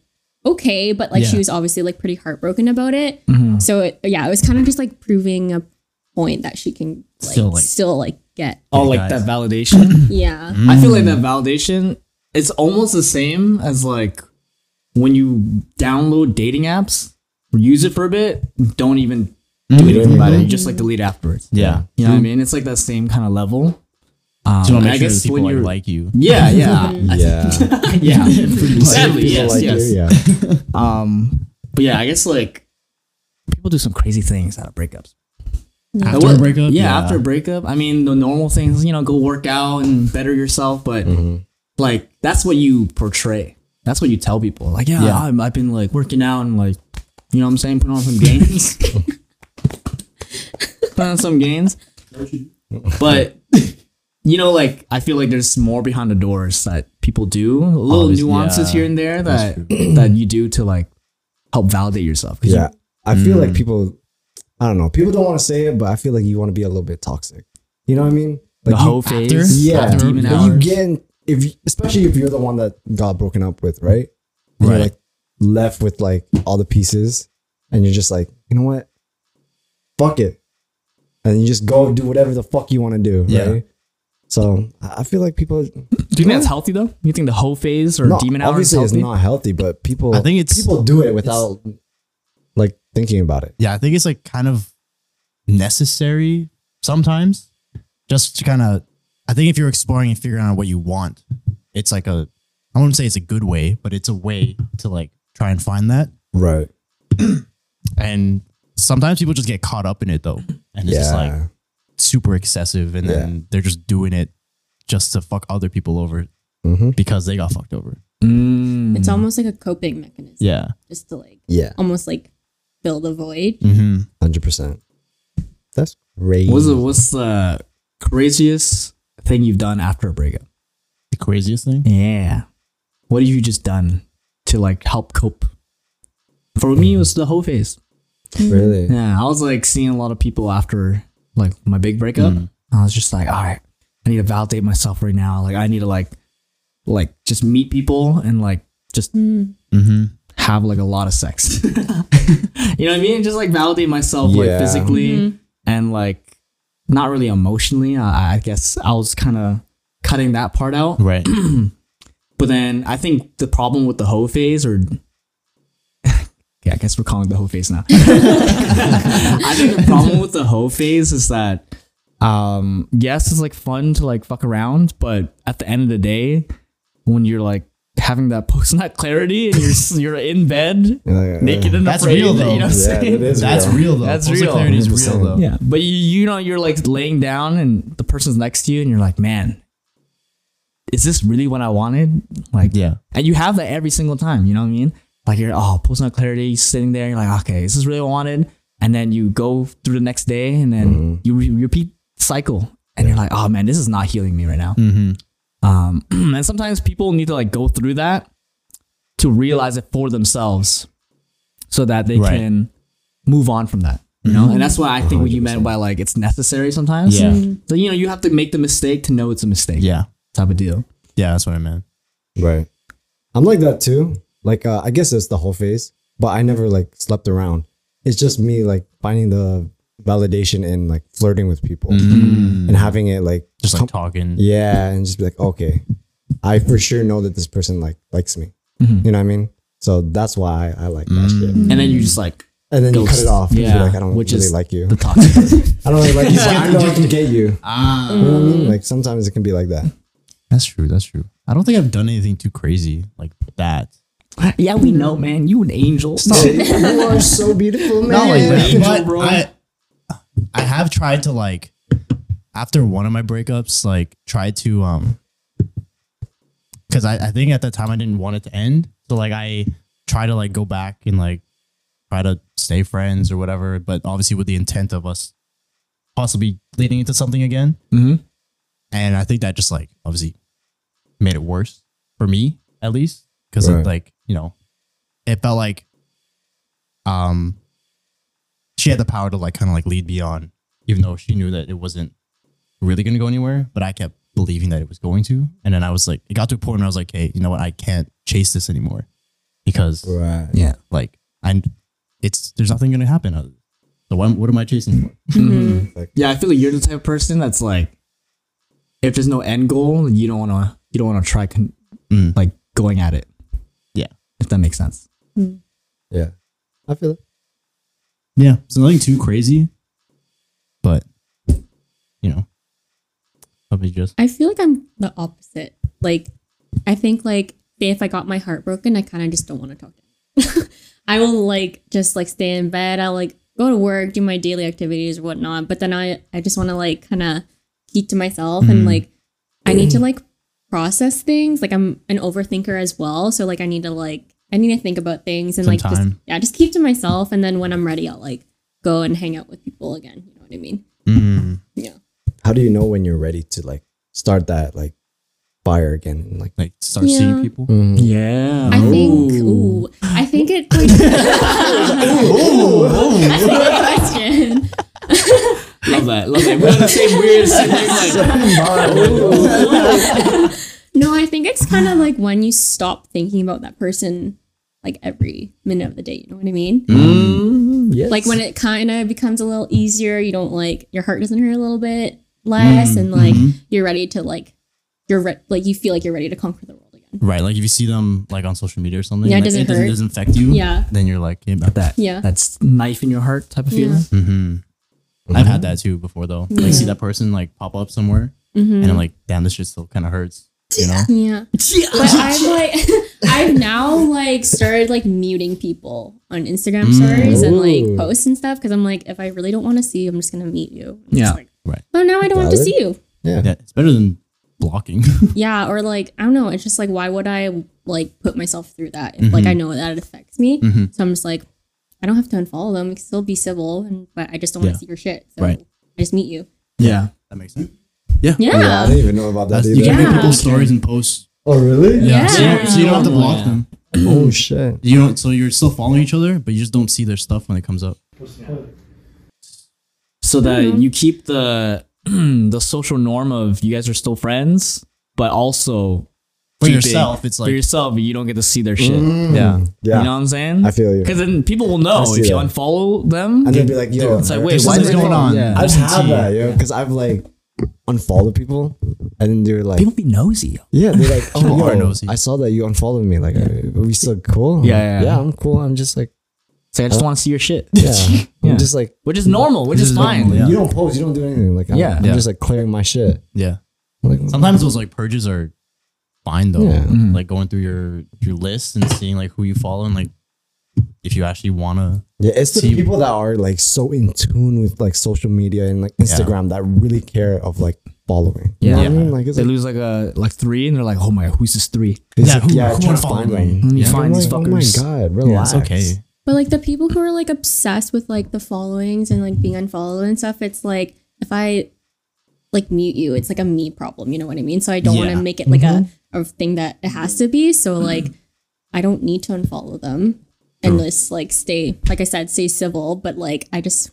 S5: okay but like
S1: Yeah. Mm-hmm.
S5: she was obviously like pretty heartbroken about it so it, yeah it was kind of just like proving a point that she can like,
S1: Still,
S5: still
S1: like-
S5: like, get
S2: Oh, like
S1: guys.
S2: that validation.
S5: yeah
S2: I feel like that
S1: Hmm.
S2: validation it's almost the same as like when you download dating apps, use it for a bit, don't even do anything about it. You just like delete afterwards.
S1: Mm-hmm. Yeah.
S2: You know what I mean? It's like that same kind of level. Um,
S1: So you want
S2: and
S1: to make sure that people like,
S2: you're
S1: like you.
S2: yeah, yeah,
S3: Yeah.
S2: yeah. Sadly,
S3: People
S2: yes,
S3: like
S2: yes.
S3: you, yeah.
S2: Um, but yeah, I guess like people do some crazy things out of breakups.
S1: After a breakup?
S2: Yeah, after a breakup. I mean, the normal things, you know, go work out and better yourself, but
S3: Mm-hmm.
S2: like that's what you portray. That's what you tell people. Like, yeah,
S1: Yeah.
S2: I'm, I've been like working out and like, you know what I'm saying, putting on some gains. putting on some gains. But you know, like I feel like there's more behind the doors that people do, little
S1: Obvious-
S2: nuances
S1: yeah,
S2: here and there that that you do to like help validate yourself. 'Cause you-
S3: Yeah. I feel like people, I don't know, people don't want to say it, but I feel like you want to be a little bit toxic. You know what I mean?
S2: the
S3: Like you-
S2: whole phase,
S3: yeah,
S2: the demon
S3: but
S2: hours.
S3: you get in- if you- especially if you're the one that got broken up with, right? And You're
S1: Right.
S3: like left with like all the pieces, and you're just like, you know what? Fuck it, and you just go do whatever the fuck you want to do,
S1: Yeah.
S3: right? So I I feel like people
S2: Do you think that's healthy though? You think the whole phase or
S3: no,
S2: demon hour is
S3: obviously it's
S2: healthy?
S3: not healthy, but people
S1: I think it's-
S3: people do it without like thinking about it.
S1: yeah, I think it's like kind of necessary sometimes just to kind of, I think if you're exploring and figuring out what you want, it's like a, I wouldn't say it's a good way, but it's a way to like try and find that.
S3: Right.
S1: And sometimes people just get caught up in it though. And it's just like
S3: Yeah.
S1: super excessive. And then they're just doing it just to fuck other people over
S2: Mm-hmm.
S3: hmm
S1: because they got fucked over.
S2: Mm.
S5: It's almost like a coping mechanism.
S1: Yeah.
S5: Just to like
S3: Yeah.
S5: almost like fill the void.
S1: Mm-hmm.
S3: Hundred percent. That's crazy.
S2: What's the what's the craziest thing you've done after a breakup?
S1: The craziest thing.
S2: Yeah. What have you just done to like help cope? For me, it was the whole phase.
S3: really?
S2: Yeah, I was like seeing a lot of people after like my big breakup. I was just like, all right, I need to validate myself right now. Like I need to like like just meet people and like just
S1: Mm-hmm.
S2: have like a lot of sex. you know what I mean? Just like validate myself like
S3: Yeah.
S2: physically and like not really emotionally. I, I guess I was kind of cutting that part out.
S1: Right.
S2: But then I think the problem with the hoe phase or yeah, I guess we're calling it the hoe phase now. I think the problem with the hoe phase is that um yes, it's like fun to like fuck around, but at the end of the day, when you're like having that post nut clarity and you're s- you're in bed
S3: Yeah.
S2: naked and
S1: That's
S2: afraid,
S1: real,
S2: You know what
S1: though.
S2: I'm
S3: Yeah,
S2: saying?
S3: it is
S1: That's
S3: real.
S1: real though.
S2: That's
S1: Pulse
S2: real.
S1: clarity is real though.
S2: Yeah, but you, you know you're like laying down and the person's next to you and you're like, man, is this really what I wanted? Like,
S1: Yeah.
S2: and you have that every single time. You know what I mean? Like you're oh post nut clarity, you're sitting there, you're like, okay, is this really what I wanted? And then you go through the next day and then
S1: Mm-hmm.
S2: you re- repeat cycle and you're like, oh man, this is not healing me right now.
S1: Mm-hmm.
S2: Um, and sometimes people need to like go through that to realize it for themselves so that they
S1: Right.
S2: can move on from that. You know, and that's why I think what you meant by like it's necessary sometimes.
S1: Yeah. Mhm.
S2: So you know, you have to make the mistake to know it's a mistake.
S1: Yeah.
S2: Type of deal.
S1: Yeah. That's what I meant.
S3: Right. I'm like that too. Like uh, I guess it's the whole phase, but I never like slept around. It's just me like finding the validation in like flirting with people
S2: Mm-hmm.
S3: and having it like
S1: Just
S3: come-
S1: like talking.
S3: yeah, and just be like okay, I for sure know that this person like likes me.
S2: Mm-hmm.
S3: You know what I mean? So that's why I, I like that shit.
S2: And then you just like
S3: And then you cut
S2: Ghost.
S3: it off. Yeah,
S2: Mm. Yeah,
S3: like I don't
S2: which
S3: really
S2: is
S3: like you.
S2: the toxic. person.
S3: I don't really like you. but I know I can get you.
S1: Ah.
S3: You know what I mean? Like sometimes it can be like that.
S1: That's true. That's true. I don't think I've done anything too crazy like that.
S2: yeah, we know, man. You an angel.
S3: you are so beautiful, man.
S1: Not like that.
S2: Angel,
S1: But
S2: bro.
S1: I, I have tried to like after one of my breakups, like try to um because I, I think at that time I didn't want it to end. So like I try to like go back and like try to stay friends or whatever, but obviously with the intent of us possibly leading into something again.
S3: Mm-hmm.
S2: Mhm.
S1: And I think that just like obviously made it worse for me at least because
S3: Right.
S1: like you know it felt like um she had the power to like kind of like lead me on, even though she knew that it wasn't really going to go anywhere. But I kept believing that it was going to, and then I was like, it got to a point where I was like, hey, you know what? I can't chase this anymore because
S3: Right.
S2: yeah.
S1: like I, it's there's nothing going to happen. Other. So why, what am I chasing for?
S2: Yeah, I feel like you're the type of person that's like, if there's no end goal, you don't want to, you don't want to try con-
S1: Mm.
S2: like going at it.
S1: Yeah.
S2: if that makes sense.
S3: Yeah. I feel it.
S1: Yeah, it's nothing too crazy, but you know, probably just
S5: I feel like I'm the opposite. Like, I think like say if I got my heart broken, I kind of just don't want to talk to. Him. I will like just like stay in bed. I'll like go to work, do my daily activities or whatnot. But then I, I just want to like kind of keep to myself
S1: Mm.
S5: and like I need to like process things. Like I'm an overthinker as well, so like I need to like I need to think about things and
S1: Some
S5: like just
S1: time.
S5: yeah, just keep to myself. And then when I'm ready, I'll like go and hang out with people again. You know what I mean? Yeah.
S3: How do you know when you're ready to like start that like fire again? And, like
S1: Like start
S5: Yeah.
S1: seeing people.
S2: Yeah.
S5: I think. Ooh. I think it. Like, That's a good question.
S2: Love that. Love that. We're on the same weird same wavelength.
S5: No, I think it's kind of like when you stop thinking about that person, like every minute of the day. You know what I mean?
S3: yes.
S5: Like when it kind of becomes a little easier, you don't like your heart doesn't hurt a little bit less, and like you're ready to like you're re- like you feel like you're ready to conquer the world again.
S1: Right. Like if you see them like on social media or something,
S5: Yeah, it
S1: like,
S5: doesn't
S1: doesn't,
S5: hurt.
S1: doesn't affect you.
S5: Yeah.
S1: Then you're like, yeah, about that.
S5: Yeah.
S2: That's knife in your heart type of feeling.
S1: I've had that too before though. Like see that person like pop up somewhere and I'm like, damn, this shit still kind of hurts. You know?
S5: Mm-hmm. Yeah. But I've like I've now like started like muting people on Instagram stories and
S3: Ooh.
S5: like posts and stuff because I'm like if I really don't want to see you, I'm just gonna mute you. And it's
S2: Yeah.
S5: Like,
S1: Right.
S5: oh now I don't want to
S3: Valid.
S5: see you.
S1: Yeah. It's better than blocking.
S5: Yeah. Or like I don't know. It's just like why would I like put myself through that if like I know that it affects me. So I'm just like I don't have to unfollow them. I can still be civil, and but I just don't want
S1: Yeah.
S5: to see your shit. So
S1: Right.
S5: I just mute you.
S2: Yeah.
S1: that makes sense.
S5: Yeah.
S3: yeah, I didn't even know about that
S1: That's,
S3: either.
S1: you can make
S5: Yeah.
S1: people's stories and posts.
S3: Oh really?
S5: Yeah.
S1: So, you don't, so you don't have to
S2: Yeah.
S1: block them.
S3: Oh shit.
S1: You don't. So you're still following each other, but you just don't see their stuff when it comes up.
S2: So that
S5: Mm-hmm.
S2: you keep the the social norm of you guys are still friends, but also
S1: For
S2: keeping-
S1: yourself, it's
S2: for
S1: like
S2: yourself, you don't get to see their shit.
S1: yeah.
S3: Mm. Yeah.
S2: You know what I'm saying?
S3: I feel you.
S2: Because then people will know
S3: I see
S2: if you
S3: that.
S2: unfollow them.
S3: And they'd be like, yo,
S2: it's like,
S3: man,
S2: wait, what's
S1: why is
S2: going
S1: it-
S2: on?
S1: yeah.
S3: I just have
S1: Tea.
S3: that, yo, because I've like unfollowed people, and then they were like,
S2: People be nosy.
S3: yeah, they're like, oh,
S1: People are
S3: yo,
S1: nosy.
S3: I saw that you unfollowed me. Like, are we still cool?
S2: Yeah, yeah, yeah.
S3: yeah, I'm cool. I'm just like,
S2: Say, I just want to see your shit.
S3: yeah,
S2: Yeah.
S3: I'm just like,
S2: Which is normal, which is,
S1: is
S2: fine.
S1: normal, yeah.
S3: you don't post, you don't do anything. Like, I'm,
S2: Yeah.
S3: I'm
S1: Yeah.
S3: just like clearing my shit.
S1: Yeah.
S3: Like,
S1: Sometimes those like purges are fine though.
S3: Yeah.
S1: Like going through your your list and seeing like who you follow and like if you actually wanna.
S3: yeah, it's the
S1: See-
S3: people that are like so in tune with like social media and like Instagram that really care of like following. You
S2: Yeah.
S3: know what I
S2: Yeah.
S3: mean? Like, it's
S2: They
S3: like,
S2: lose like a like three, and they're like, "Oh my god, who's this three?
S3: it's
S1: Yeah,
S3: like,
S1: who- who
S3: yeah, trying
S1: wanna
S3: to
S1: follow
S3: find
S1: me?
S3: one.
S2: Let me
S1: Yeah.
S2: find
S3: I'm
S2: these
S3: like, oh my
S2: fuckers."
S3: god,
S1: Yeah,
S3: relax.
S1: it's okay.
S5: But like the people who are like obsessed with like the followings and like being unfollowed and stuff, it's like if I like mute you, it's like a me problem. You know what I mean? So I don't want
S1: Yeah.
S5: to make it like a, a thing that it has to be. So like I don't need to unfollow them and just like stay, like I said, stay civil. But like I just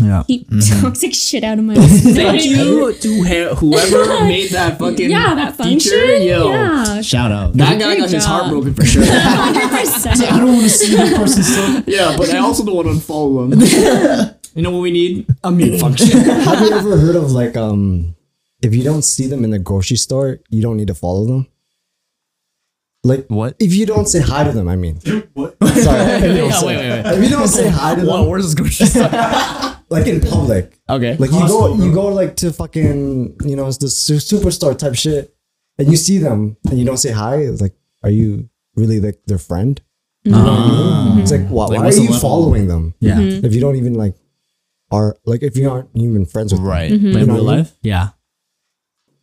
S2: Yeah.
S5: keep toxic shit out of my life. You know what I
S2: Thank
S5: mean?
S2: you to he- whoever made that fucking
S5: Yeah, that function.
S2: feature. Yo,
S5: Yeah,
S1: Shout out.
S2: that guy got
S5: Great
S2: his
S5: job.
S2: heart broken for sure.
S5: hundred percent.
S1: I don't want to see that person so
S2: yeah, but I also don't want to unfollow him. you know what we need? A mute function.
S3: Have you ever heard of like um if you don't see them in the grocery store, you don't need to follow them? Like
S1: What?
S3: If you don't say hi to them, I mean.
S4: What?
S3: Sorry. if you
S2: yeah,
S3: don't
S2: wait,
S3: say-
S2: wait, wait.
S3: if you don't say hi to
S2: Whoa,
S3: them,
S2: where's this going? to
S3: like in public,
S2: Okay.
S3: like you go, you go like to fucking, you know, it's the su- superstar type shit, and you see them and you don't say hi. It's like, are you really like their friend? You know what I mean? It's like, why,
S1: Ah. Like,
S3: why are
S1: what's the
S3: you
S1: level?
S3: following them?
S2: yeah.
S3: If you don't even like, are like if you aren't even friends with them.
S1: Right.
S3: You
S1: Like
S3: know
S1: real
S3: what I mean?
S1: life.
S2: Yeah.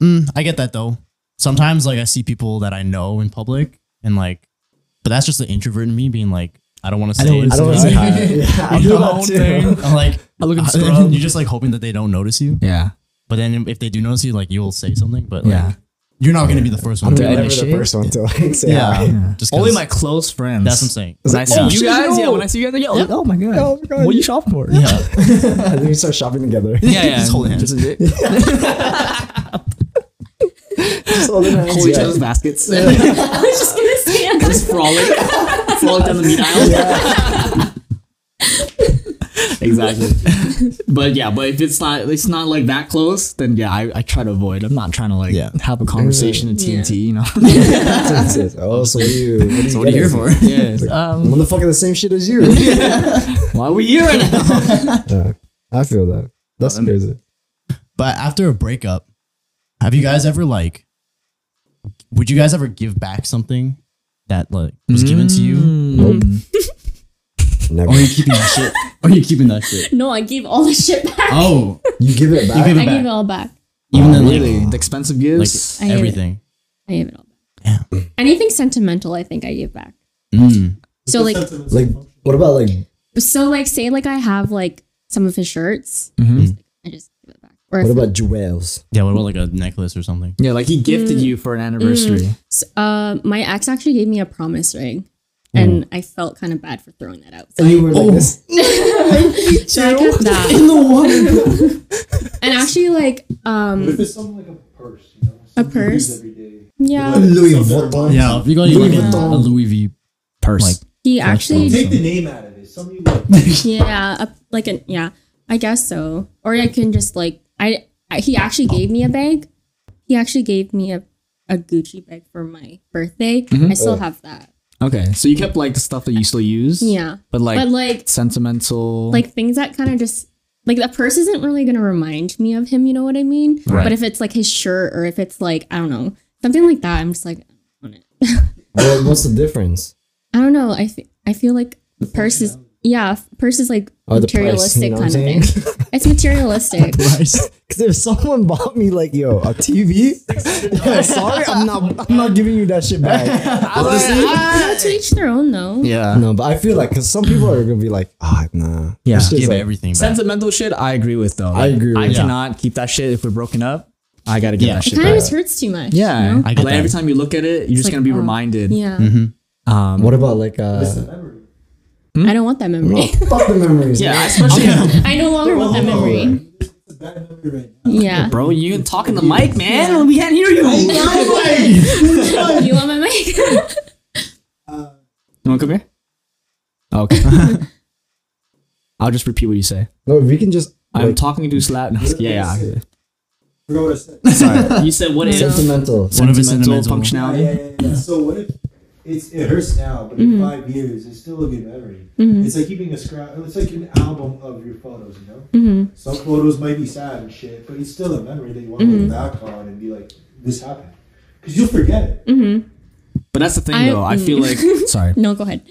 S1: Mm, I get that though. Sometimes like I see people that I know in public and like but that's just the introvert in me being like, I don't want to say
S2: don't wanna
S1: it.
S3: I don't want to say hi. Yeah, I
S1: You
S3: do
S1: know,
S3: that too.
S1: I'm like
S2: I look at
S1: you're
S2: scrub.
S1: just like hoping that they don't notice you.
S2: Yeah.
S1: But then if they do notice you, like you'll say something, but like
S2: Yeah.
S1: you're not gonna be the first one
S3: I'm
S1: to
S3: never the
S2: initiate?
S3: first one to like say
S1: Yeah.
S3: hi.
S1: Just 'cause
S2: Only my close friends.
S1: That's what I'm saying.
S2: When I see
S3: Oh,
S2: you
S3: shit,
S2: guys,
S3: yo.
S2: yeah. When I see you guys, like, yo, oh my god,
S3: Oh my God.
S2: what are you shopping for? Yeah,
S3: And then we start shopping together.
S2: yeah, yeah.
S1: Just holding hands.
S2: Just a dick.
S3: Just holding hands,
S2: Hold each
S3: yeah.
S2: other's baskets.
S5: I was just gonna say I'm
S2: just frolic, frolic down the meat aisle. exactly. But yeah, but if it's not, it's not like that close, then yeah, I, I try to avoid. I'm not trying to like
S1: Yeah.
S2: have a conversation at TNT, you know.
S3: That's it. Oh, so you. What are you,
S1: What are you here for?
S2: yeah. it's like,
S3: I'm
S2: Um,
S3: motherfucker the same shit as you.
S2: why are we here right now?
S3: Yeah, I feel that. That's crazy.
S1: But after a breakup, have you guys ever like would you guys ever give back something that like was given to you?
S3: Never.
S1: Or are Oh, you keeping that shit?
S2: Are you keeping that shit?
S5: No, I gave all the shit back.
S1: Oh,
S3: You give it back.
S1: give it
S5: I
S1: back.
S5: gave it all back.
S1: even the
S2: Really?
S1: like,
S2: The expensive
S1: like
S2: gifts?
S5: I hate it.
S1: everything.
S5: I gave it all back. Anything sentimental, I think I gave back.
S1: Mm.
S5: So like,
S3: like, what about like?
S5: so like, say like I have like some of his shirts. I just give it back. Or
S3: Mm-hmm. What
S5: if,
S3: about jewels?
S1: Yeah, what about like a necklace or something?
S2: yeah, like he
S5: Mm.
S2: gifted you for an anniversary.
S5: uh, my ex actually gave me a promise ring,
S3: Mm.
S5: and I felt kind of bad for throwing that out. So
S3: And you were like this.
S5: So I kept that. In the water. and actually, like, um,
S4: If it's something like a purse, you know,
S5: a
S4: something you use
S5: purse.
S4: every day.
S5: Yeah.
S3: Louis Vuitton.
S1: Yeah, if you got
S3: Louis
S1: like a,
S3: Vuitton.
S1: a Louis V
S2: Purse.
S1: Like-
S5: He actually,
S4: Take the name out of it. Something you like.
S5: yeah, a, like an, yeah, I guess so. Or I can just like, I, I he actually gave me a bag. He actually gave me a, a Gucci bag for my birthday.
S3: Mm-hmm.
S5: I
S3: Oh.
S5: still have that.
S2: okay, so you kept like the stuff that you still use.
S5: Yeah.
S2: But like,
S5: but like,
S2: sentimental.
S5: like things that kind of just like the purse isn't really going to remind me of him. You know what I mean?
S1: Right.
S5: But if it's like his shirt or if it's like, I don't know, something like that, I'm just like, on it.
S3: Well, what's the difference?
S5: I don't know. I fe- I feel like the purse is yeah, f- purse is like
S3: Oh, the price, you
S5: materialistic
S3: know what I'm
S5: kind of thing. it's materialistic.
S3: Because if someone bought me like yo a TV, sorry, I'm not. I'm not giving you that shit back. I'm like, "Ah."
S5: Well, to each their own though.
S2: yeah.
S3: no, but I feel like because some people are gonna be like, ah, nah.
S2: Yeah.
S3: This shit's
S1: Give
S3: like-
S1: everything back.
S2: Sentimental shit, I agree with though.
S3: I agree
S2: I
S3: with that.
S2: cannot keep that shit if we're broken up. I gotta get
S1: Yeah.
S2: that
S5: It
S2: shit
S5: kind of
S2: back.
S5: just hurts too much. you
S2: Yeah.
S5: know?
S1: I get
S2: like every
S1: that.
S2: time you look at it, you're just
S5: like,
S2: gonna be
S5: oh,
S2: reminded.
S5: Yeah.
S3: Mm-hmm.
S2: Um,
S3: What about like uh?
S4: memory.
S5: I don't want that memory.
S3: Fuck the memories.
S2: yeah,
S3: man.
S2: especially
S5: I no longer want that memory.
S4: It's a bad memory right now.
S5: Yeah.
S2: bro, you talking the mic, man. We can't hear you. you
S5: Oh, you want my mic?
S2: wanna come here? Oh, Okay. I'll just repeat what you say.
S3: No, we can just.
S2: I'm
S3: like,
S2: talking to slap. No, yeah, yeah.
S4: Forgot what I said.
S2: Sorry. You said what if
S3: sentimental.
S1: One of his
S2: sentimental
S1: sentimental-
S4: Yeah,
S2: functionality?
S4: yeah, yeah, yeah. So what if it's it hurts now, but in five years it's still a good memory. It's like keeping a scrap. It's like an album of your photos. You know, some photos might be sad and shit, but it's still a memory that you want to look back on and be like, this happened. Because you'll forget it.
S2: But that's the thing,
S5: I-
S2: though. I feel like sorry.
S5: no, go ahead.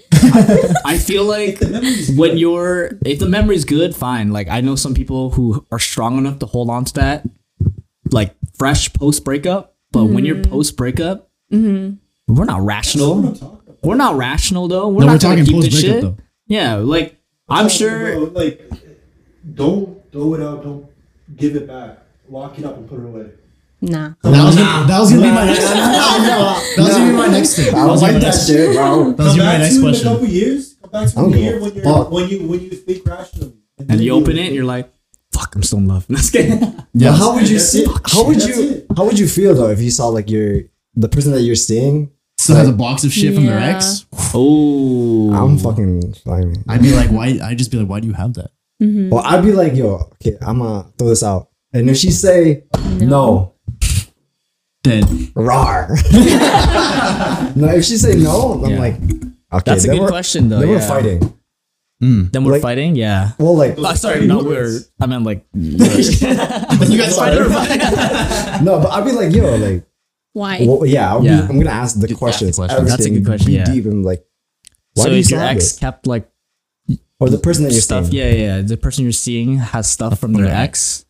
S2: I feel like
S4: The memories.
S2: when you're if the memory's good, fine. Like I know some people who are strong enough to hold on to that, like fresh post breakup. But when you're post breakup, we're not rational. We're not rational though. We're
S1: No,
S2: not
S1: we're
S2: gonna
S1: talking
S2: keep
S1: post
S2: this
S1: breakup
S2: shit.
S1: though.
S2: Yeah, like I'm sure.
S4: Bro, oh, like, don't throw it out. Don't give it back. Lock it up and put it away.
S5: Nah.
S1: That was gonna, that was gonna be my next. that was gonna be my next thing.
S3: I
S1: That was
S3: was like that shit, bro.
S1: That was
S4: Come
S1: gonna be my
S4: back
S1: next
S4: to it in a
S1: question.
S4: couple years. Come back to
S3: I don't
S4: it in a
S3: give
S4: year
S3: a
S4: when you're
S3: Oh, fuck.
S4: when you when you think rationally.
S2: And
S4: then
S2: you open it, and you're like, "Fuck, I'm still in love." Let's get.
S3: Yeah. How would you
S4: That's
S3: see?
S4: it.
S3: How would
S4: That's
S3: you?
S4: it.
S3: How would you feel though if you saw like your the person that you're seeing?
S1: Still has a box of shit from their
S5: Yeah.
S1: ex.
S2: Oh,
S3: I'm fucking flying.
S1: I'd be like, why? I'd just be like, why do you have that?
S3: Well, I'd be like, yo, okay, I'm gonna throw this out. And if she say no,
S5: No.
S1: Then
S3: rar. no, if she say no, I'm
S2: Yeah.
S3: like, okay,
S2: That's a
S3: then
S2: good
S3: we're-
S2: question, though,
S3: Then we're
S2: yeah.
S3: fighting.
S2: then we're
S3: like-
S2: fighting. Yeah.
S3: Well, like,
S2: Oh, sorry, not we're. I meant like. you guys
S3: no, but I'd be like, yo, like,
S5: Why?
S3: well, yeah, I'll
S2: Yeah.
S3: Be, I'm gonna ask the
S1: the
S3: questions.
S1: question.
S2: That's a good
S3: everything,
S2: question,
S3: Be
S2: yeah.
S3: deep and like, why
S2: So
S3: do you
S2: if your
S3: say
S2: ex
S3: this?
S2: kept like
S3: or the person that you're
S2: stuff,
S3: stuff?
S2: yeah, yeah, yeah, the person you're seeing has stuff from their ex.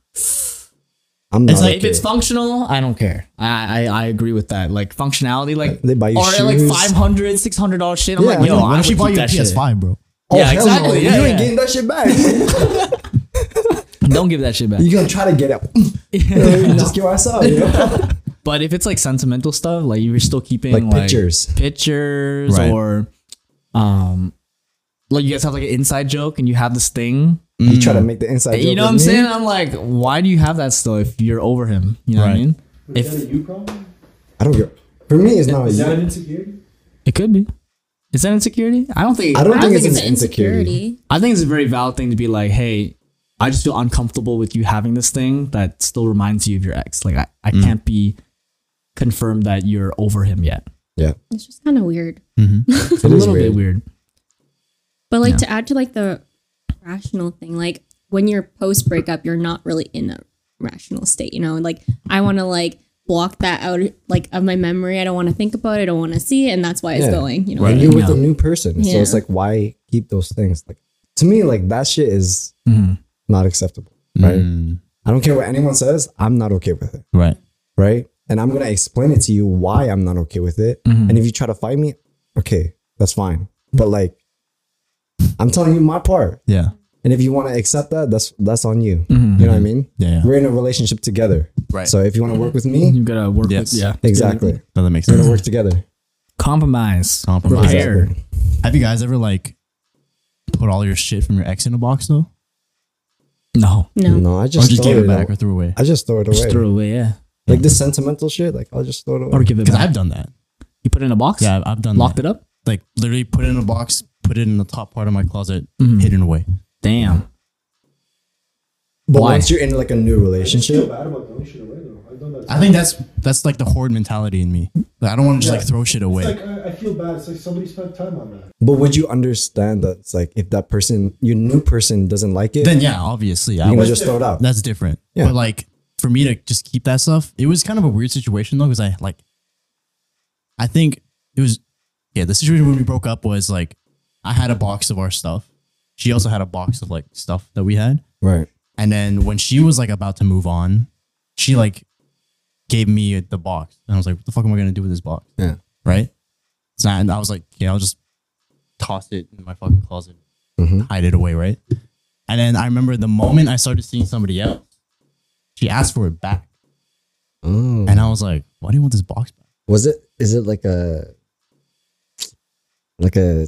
S3: I'm not.
S2: It's like if
S3: okay.
S2: it's functional, I don't care. I I, I agree with that. Like functionality, like
S3: They buy you
S2: or like
S3: shoes.
S2: 500 600 dollars shit. I'm like,
S3: Yeah,
S2: yo, I
S3: like,
S1: what
S2: would
S1: if she
S2: keep
S1: bought you a
S2: that shit.
S1: PS5, bro?
S3: oh,
S2: yeah,
S3: hell no,
S2: exactly, yeah,
S3: you ain't
S2: yeah.
S3: getting that shit back.
S2: Don't give that shit back.
S3: you're gonna try to get it. Knock your ass out. You know?
S2: But if it's like sentimental stuff, like you're still keeping
S3: Like
S2: like,
S3: pictures.
S2: pictures,
S1: Right.
S2: or um, like you guys have like an inside joke and you have this thing.
S3: You try to make the inside.
S2: Mm. You
S3: joke
S2: know
S3: with
S2: what I'm
S3: me.
S2: saying? I'm like, why do you have that still if you're over him? You know what I
S1: Right.
S2: mean?
S4: Is that a you problem?
S3: I don't get. For me, it's not.
S4: Is that
S3: I
S4: an insecurity?
S2: It could be. Is that insecurity? I don't think. I,
S3: don't
S5: I
S3: think it's an insecurity.
S2: think it's a very valid thing to be like, hey, I just feel uncomfortable with you having this thing that still reminds you of your ex. Like, I, I can't be confirmed that you're over him yet.
S3: Yeah,
S5: It's just kind of weird.
S2: It's a
S3: is
S2: little
S3: weird.
S2: bit weird.
S5: But like to add to like the rational thing, like when you're post breakup, you're not really in a rational state, you know? Like I want to like block that out like of my memory. I don't want to think about it. I don't want to see it, and that's why it's
S3: Yeah.
S5: going, you know?
S3: and you're with
S2: Yeah.
S3: a new person, so
S5: Yeah.
S3: it's like, why keep those things? Like, to me, like that shit is
S1: Mm-hmm.
S3: not acceptable, right?
S1: Mm.
S3: I don't care what anyone says. I'm not okay with it,
S1: Right.
S3: right? And I'm gonna explain it to you why I'm not okay with it.
S1: Mm-hmm.
S3: And if you try to fight me, okay, that's fine. But like, I'm telling you my part.
S1: Yeah.
S3: And if you want to accept that, that's that's on you. You know what I mean?
S1: Mm-hmm. Yeah, yeah.
S3: We're in a relationship together,
S1: Right. Mm-hmm.
S3: So if you want to work with me,
S2: You gotta work
S1: Yes.
S2: with yeah.
S3: exactly,
S1: So that makes
S3: we're gonna
S1: sense.
S3: work together.
S2: Compromise.
S1: Compromise.
S2: Repair.
S1: Have you guys ever like put all your shit from your ex in a box though?
S2: No.
S5: No.
S3: No, I
S1: Or
S3: just,
S1: just
S3: throw
S1: gave
S3: it,
S1: it back
S3: away.
S1: or threw away?
S3: I just throw it away.
S2: Just throw it away, yeah.
S3: Like this sentimental shit, like I'll just throw it
S2: Or
S3: away.
S2: give it
S1: Because
S2: back.
S1: I've done that.
S2: you put it in a box?
S1: Yeah, I've, I've done
S2: Locked
S1: that.
S2: it up?
S1: Like literally put it in a box, put it in the top part of my closet, hidden away.
S2: Damn.
S3: But
S2: Why?
S3: once you're in like a new
S4: feel
S3: relationship,
S4: bad about throwing shit away though. I've done that.
S1: I think that's that's like the hoard mentality in me. Like, I don't want to just like throw shit away.
S4: It's like I, I feel bad. It's like somebody spent time on that.
S3: but would you understand that it's like if that person, your new person, doesn't like it,
S1: then yeah, obviously, I
S3: you're
S1: would,
S3: gonna just throw it out.
S1: that's different.
S3: Yeah.
S1: But like for me to just keep that stuff, it was kind of a weird situation though, because I like, I think it was yeah. The situation when we broke up was like I had a box of our stuff. She also had a box of like stuff that we had.
S3: Right.
S1: And then when she was like about to move on, she like gave me the box. And I was like, what the fuck am I going to do with this box?
S3: Yeah.
S1: Right. So, and I was like, yeah, I'll just toss it in my fucking closet,
S3: Mhm.
S1: hide it away. Right. And then I remember the moment I started seeing somebody else, she asked for it back.
S3: Mm.
S1: And I was like, why do you want this box back?
S3: Was it? Is it like a, like a?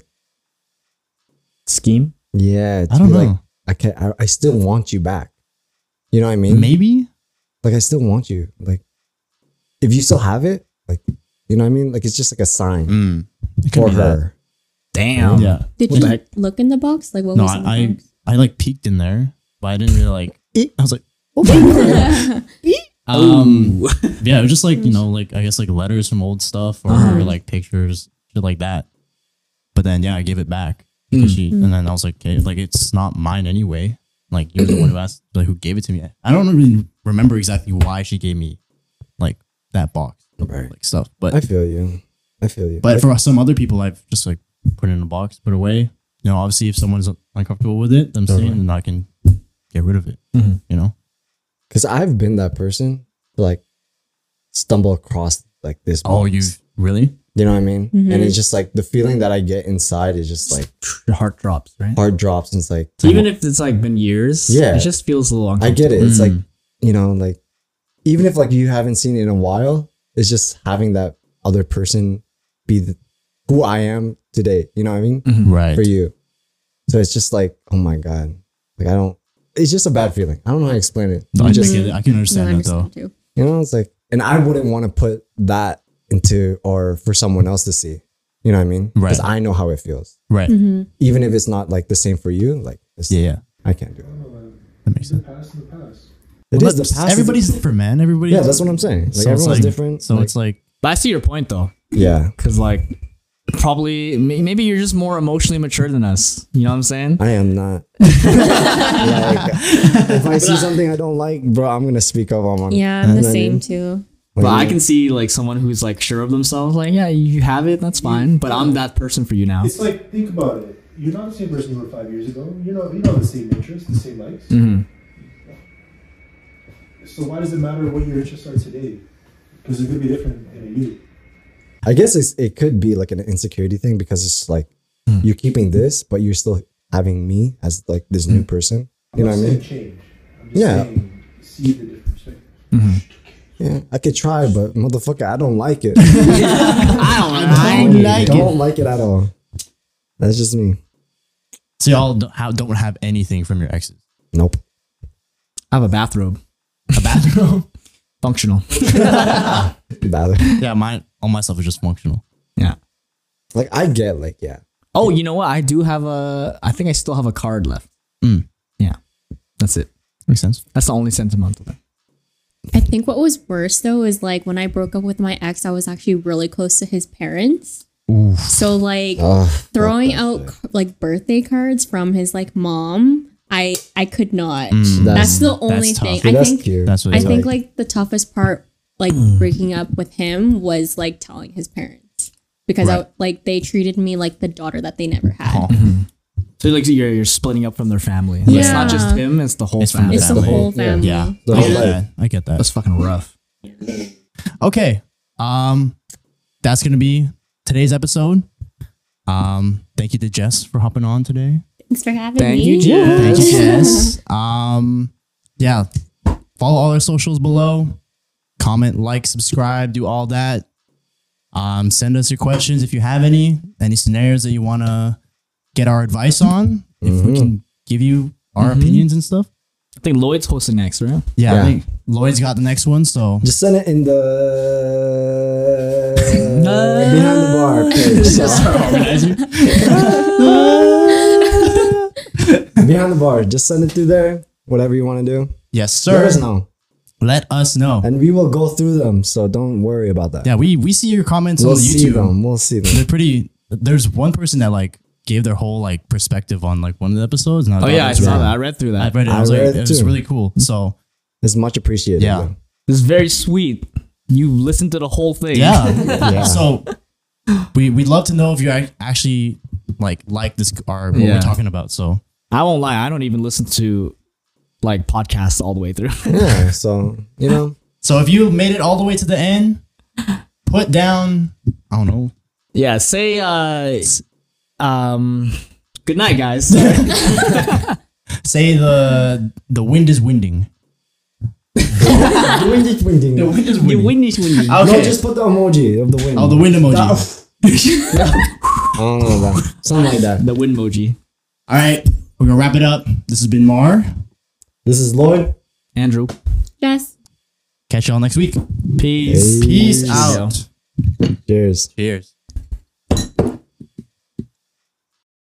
S2: Scheme?
S3: Yeah. to
S1: I don't
S3: be
S1: know.
S3: Like, I can not I, I still want you back. You know what I mean?
S1: Maybe.
S3: Like I still want you. Like, if you still have it, like, you know what I mean? Like it's just like a sign
S1: Mm. It could
S3: for
S1: be that.
S3: her.
S2: Damn.
S1: Yeah.
S5: Did
S2: What
S5: you
S2: the heck?
S5: look in the box? Like what
S1: No,
S5: was in the
S1: I,
S5: box?
S1: I, I like peeked in there, but I didn't really like, I was like, Um, yeah, it was just like you know, like I guess like letters from old stuff or like pictures, shit like that. But then yeah, I gave it back
S3: Hmm.
S1: because she, and then I was like, okay, like it's not mine anyway. Like you're the one who asked, like who gave it to me. I don't really remember exactly why she gave me like that box, of,
S3: Right.
S1: like stuff. But
S3: I feel you. I feel you.
S1: but for some other people, I've just like put it in a box, put it away. You know, obviously if someone's uncomfortable with it, them saying, then I can get rid of it.
S3: Mm-hmm.
S1: You know,
S3: because I've been that person to like stumble across like this.
S1: oh,
S3: box.
S1: you really?
S3: you know what I mean? And it's just like the feeling that I get inside is just like
S2: Your heart drops, right?
S3: heart drops. And it's like
S2: Even if it's like been years,
S3: Yeah.
S2: it just feels a little
S3: I
S2: uncomfortable.
S3: get it. It's like
S1: Mm.
S3: you know, like even if like you haven't seen it in a while, it's just having that other person be the, who I am today. You know what I mean?
S1: Right.
S3: Mm-hmm. For you, so it's just like oh my god, like I don't. It's just a bad feeling. I don't know how to explain it.
S1: No,
S3: You
S1: I
S3: just
S1: just get it. I can
S5: No,
S1: understand
S5: I
S1: that though.
S5: understand too.
S3: You know, it's like, and I wouldn't want to put that into or for someone else to see. You know what I mean? Because
S1: Right.
S3: I know how it feels,
S1: Right.
S3: even if it's not like the same for you. Like, it's,
S1: Yeah, yeah.
S3: I can't do it.
S1: That makes sense.
S4: Past in the past.
S3: It
S1: Well,
S3: is the
S1: that's-
S3: past.
S1: everybody's different, man. Everybody.
S3: yeah, that's what I'm saying. Like
S1: it's
S3: everyone's different.
S1: So
S3: like,
S1: it's like
S2: But I see your point though.
S3: yeah,
S2: Cause like probably may- maybe you're just more emotionally mature than us. You know what I'm saying?
S3: I am not. like, if I see something I don't like, bro, I'm gonna speak up on my.
S5: Yeah, I'm the same too.
S2: But I can see like someone who's like sure of themselves, like, yeah, you have it, that's fine. But I'm that person for you now.
S4: It's like think about it. You're not the same person you were five years ago. You're not you don't have the same interests, the same likes. So why does it matter what your interests are today? Because they're gonna be different in a year.
S3: I guess it's, it could be like an insecurity thing because it's like
S1: Hmm.
S3: you're keeping this, but you're still having me as like this new
S1: Hmm.
S3: person. You know what I
S4: I'm
S3: mean?
S4: saying change. I'm just
S3: Yeah.
S4: saying see the different perspective.
S3: Yeah, I could try, but motherfucker, I don't like it.
S2: I don't
S3: don't
S2: know.
S3: like, it. at all. That's just me.
S1: so y'all don't have, don't have anything from your exes.
S3: Nope.
S2: I have a bathrobe.
S1: A bathroom.
S2: Functional.
S3: Bother.
S1: yeah, mine. All my stuff is just functional.
S2: Yeah.
S3: Like I get like yeah.
S2: Oh, you know what? I do have a I think I still have a card left.
S1: Mm.
S2: Yeah. That's it.
S1: Makes sense.
S2: That's the only sentimental thing.
S5: I think what was worse though is like when I broke up with my ex, I was actually really close to his parents. So like throwing out c- like birthday cards from his like mom, I I could not.
S3: That's-
S5: that's the only
S1: tough.
S5: thing.
S1: See,
S5: I
S3: that's
S5: think
S3: cute.
S1: That's what.
S5: I
S1: It's
S5: think like the toughest part, like breaking up with him, was like telling his parents because I, like they treated me like the daughter that they never
S1: Aw.
S5: had.
S2: So like you're you're splitting up from their family. Yeah. It's not just
S5: Yeah.
S2: him; it's the whole
S1: It's
S2: family.
S1: family.
S5: It's the whole family.
S1: Yeah,
S3: The
S1: I
S3: whole
S1: get
S3: life.
S1: that. I get that.
S2: That's fucking rough.
S1: Okay. Um, that's gonna be today's episode. Um, thank you to Jess for hopping on today.
S5: Thanks for having
S2: Thank
S5: me.
S2: you, Jess.
S1: Thank you, Jess. Um, yeah. Follow all our socials below. Comment, like, subscribe, do all that. Um, send us your questions if you have any, any scenarios that you want to get our advice on. If
S3: Mm-hmm.
S1: we can give you our
S2: Mm-hmm.
S1: opinions and stuff.
S2: I think Lloyd's hosting next, right?
S1: Yeah,
S3: Yeah.
S1: I think Lloyd's got the next one. So
S3: Just send it in the behind the bar page. behind the bar. Just send it through there. Whatever you want to do,
S1: yes,
S3: let
S1: sir.
S3: us know,
S1: Let us know.
S3: and we will go through them. So don't worry about that.
S1: Yeah, we we see your comments
S3: we'll
S1: on the
S3: see
S1: YouTube.
S3: them. We'll see them.
S1: They're pretty. There's one person that like gave their whole like perspective on like one of the episodes. And I
S2: Oh
S1: thought
S2: yeah,
S1: it
S2: I
S1: was
S2: saw
S1: really-
S2: that. I read through
S1: I
S2: that.
S1: read it. I
S3: I
S1: was like,
S3: read
S1: it
S3: it
S1: was
S3: too.
S1: really cool. So
S3: It's much appreciated.
S1: Yeah.
S3: though.
S2: It's very sweet. You listened to the whole thing.
S1: yeah,
S3: Yeah.
S1: So we we'd love to know if you ac- actually like like this or what
S2: Yeah.
S1: we're talking about. So
S2: I won't lie. I don't even listen to like podcasts all the way through.
S3: yeah. So you know,
S1: so if you made it all the way to the end, put down I don't know.
S2: yeah. Say, uh, um, good night, guys.
S1: Say the the wind is winding.
S3: wind is winding.
S1: wind is
S2: you win this win.
S1: Okay.
S3: No, just put the emoji of the wind.
S1: oh, the wind emoji.
S3: I don't know that. Something like that.
S2: The win emoji.
S1: All right, we're gonna wrap it up. This has been Mar.
S3: This is Lloyd.
S2: Andrew.
S5: Jess.
S1: Catch y'all next week.
S2: Peace.
S1: Peace
S2: Yeah.
S1: out.
S3: Cheers.
S1: Cheers.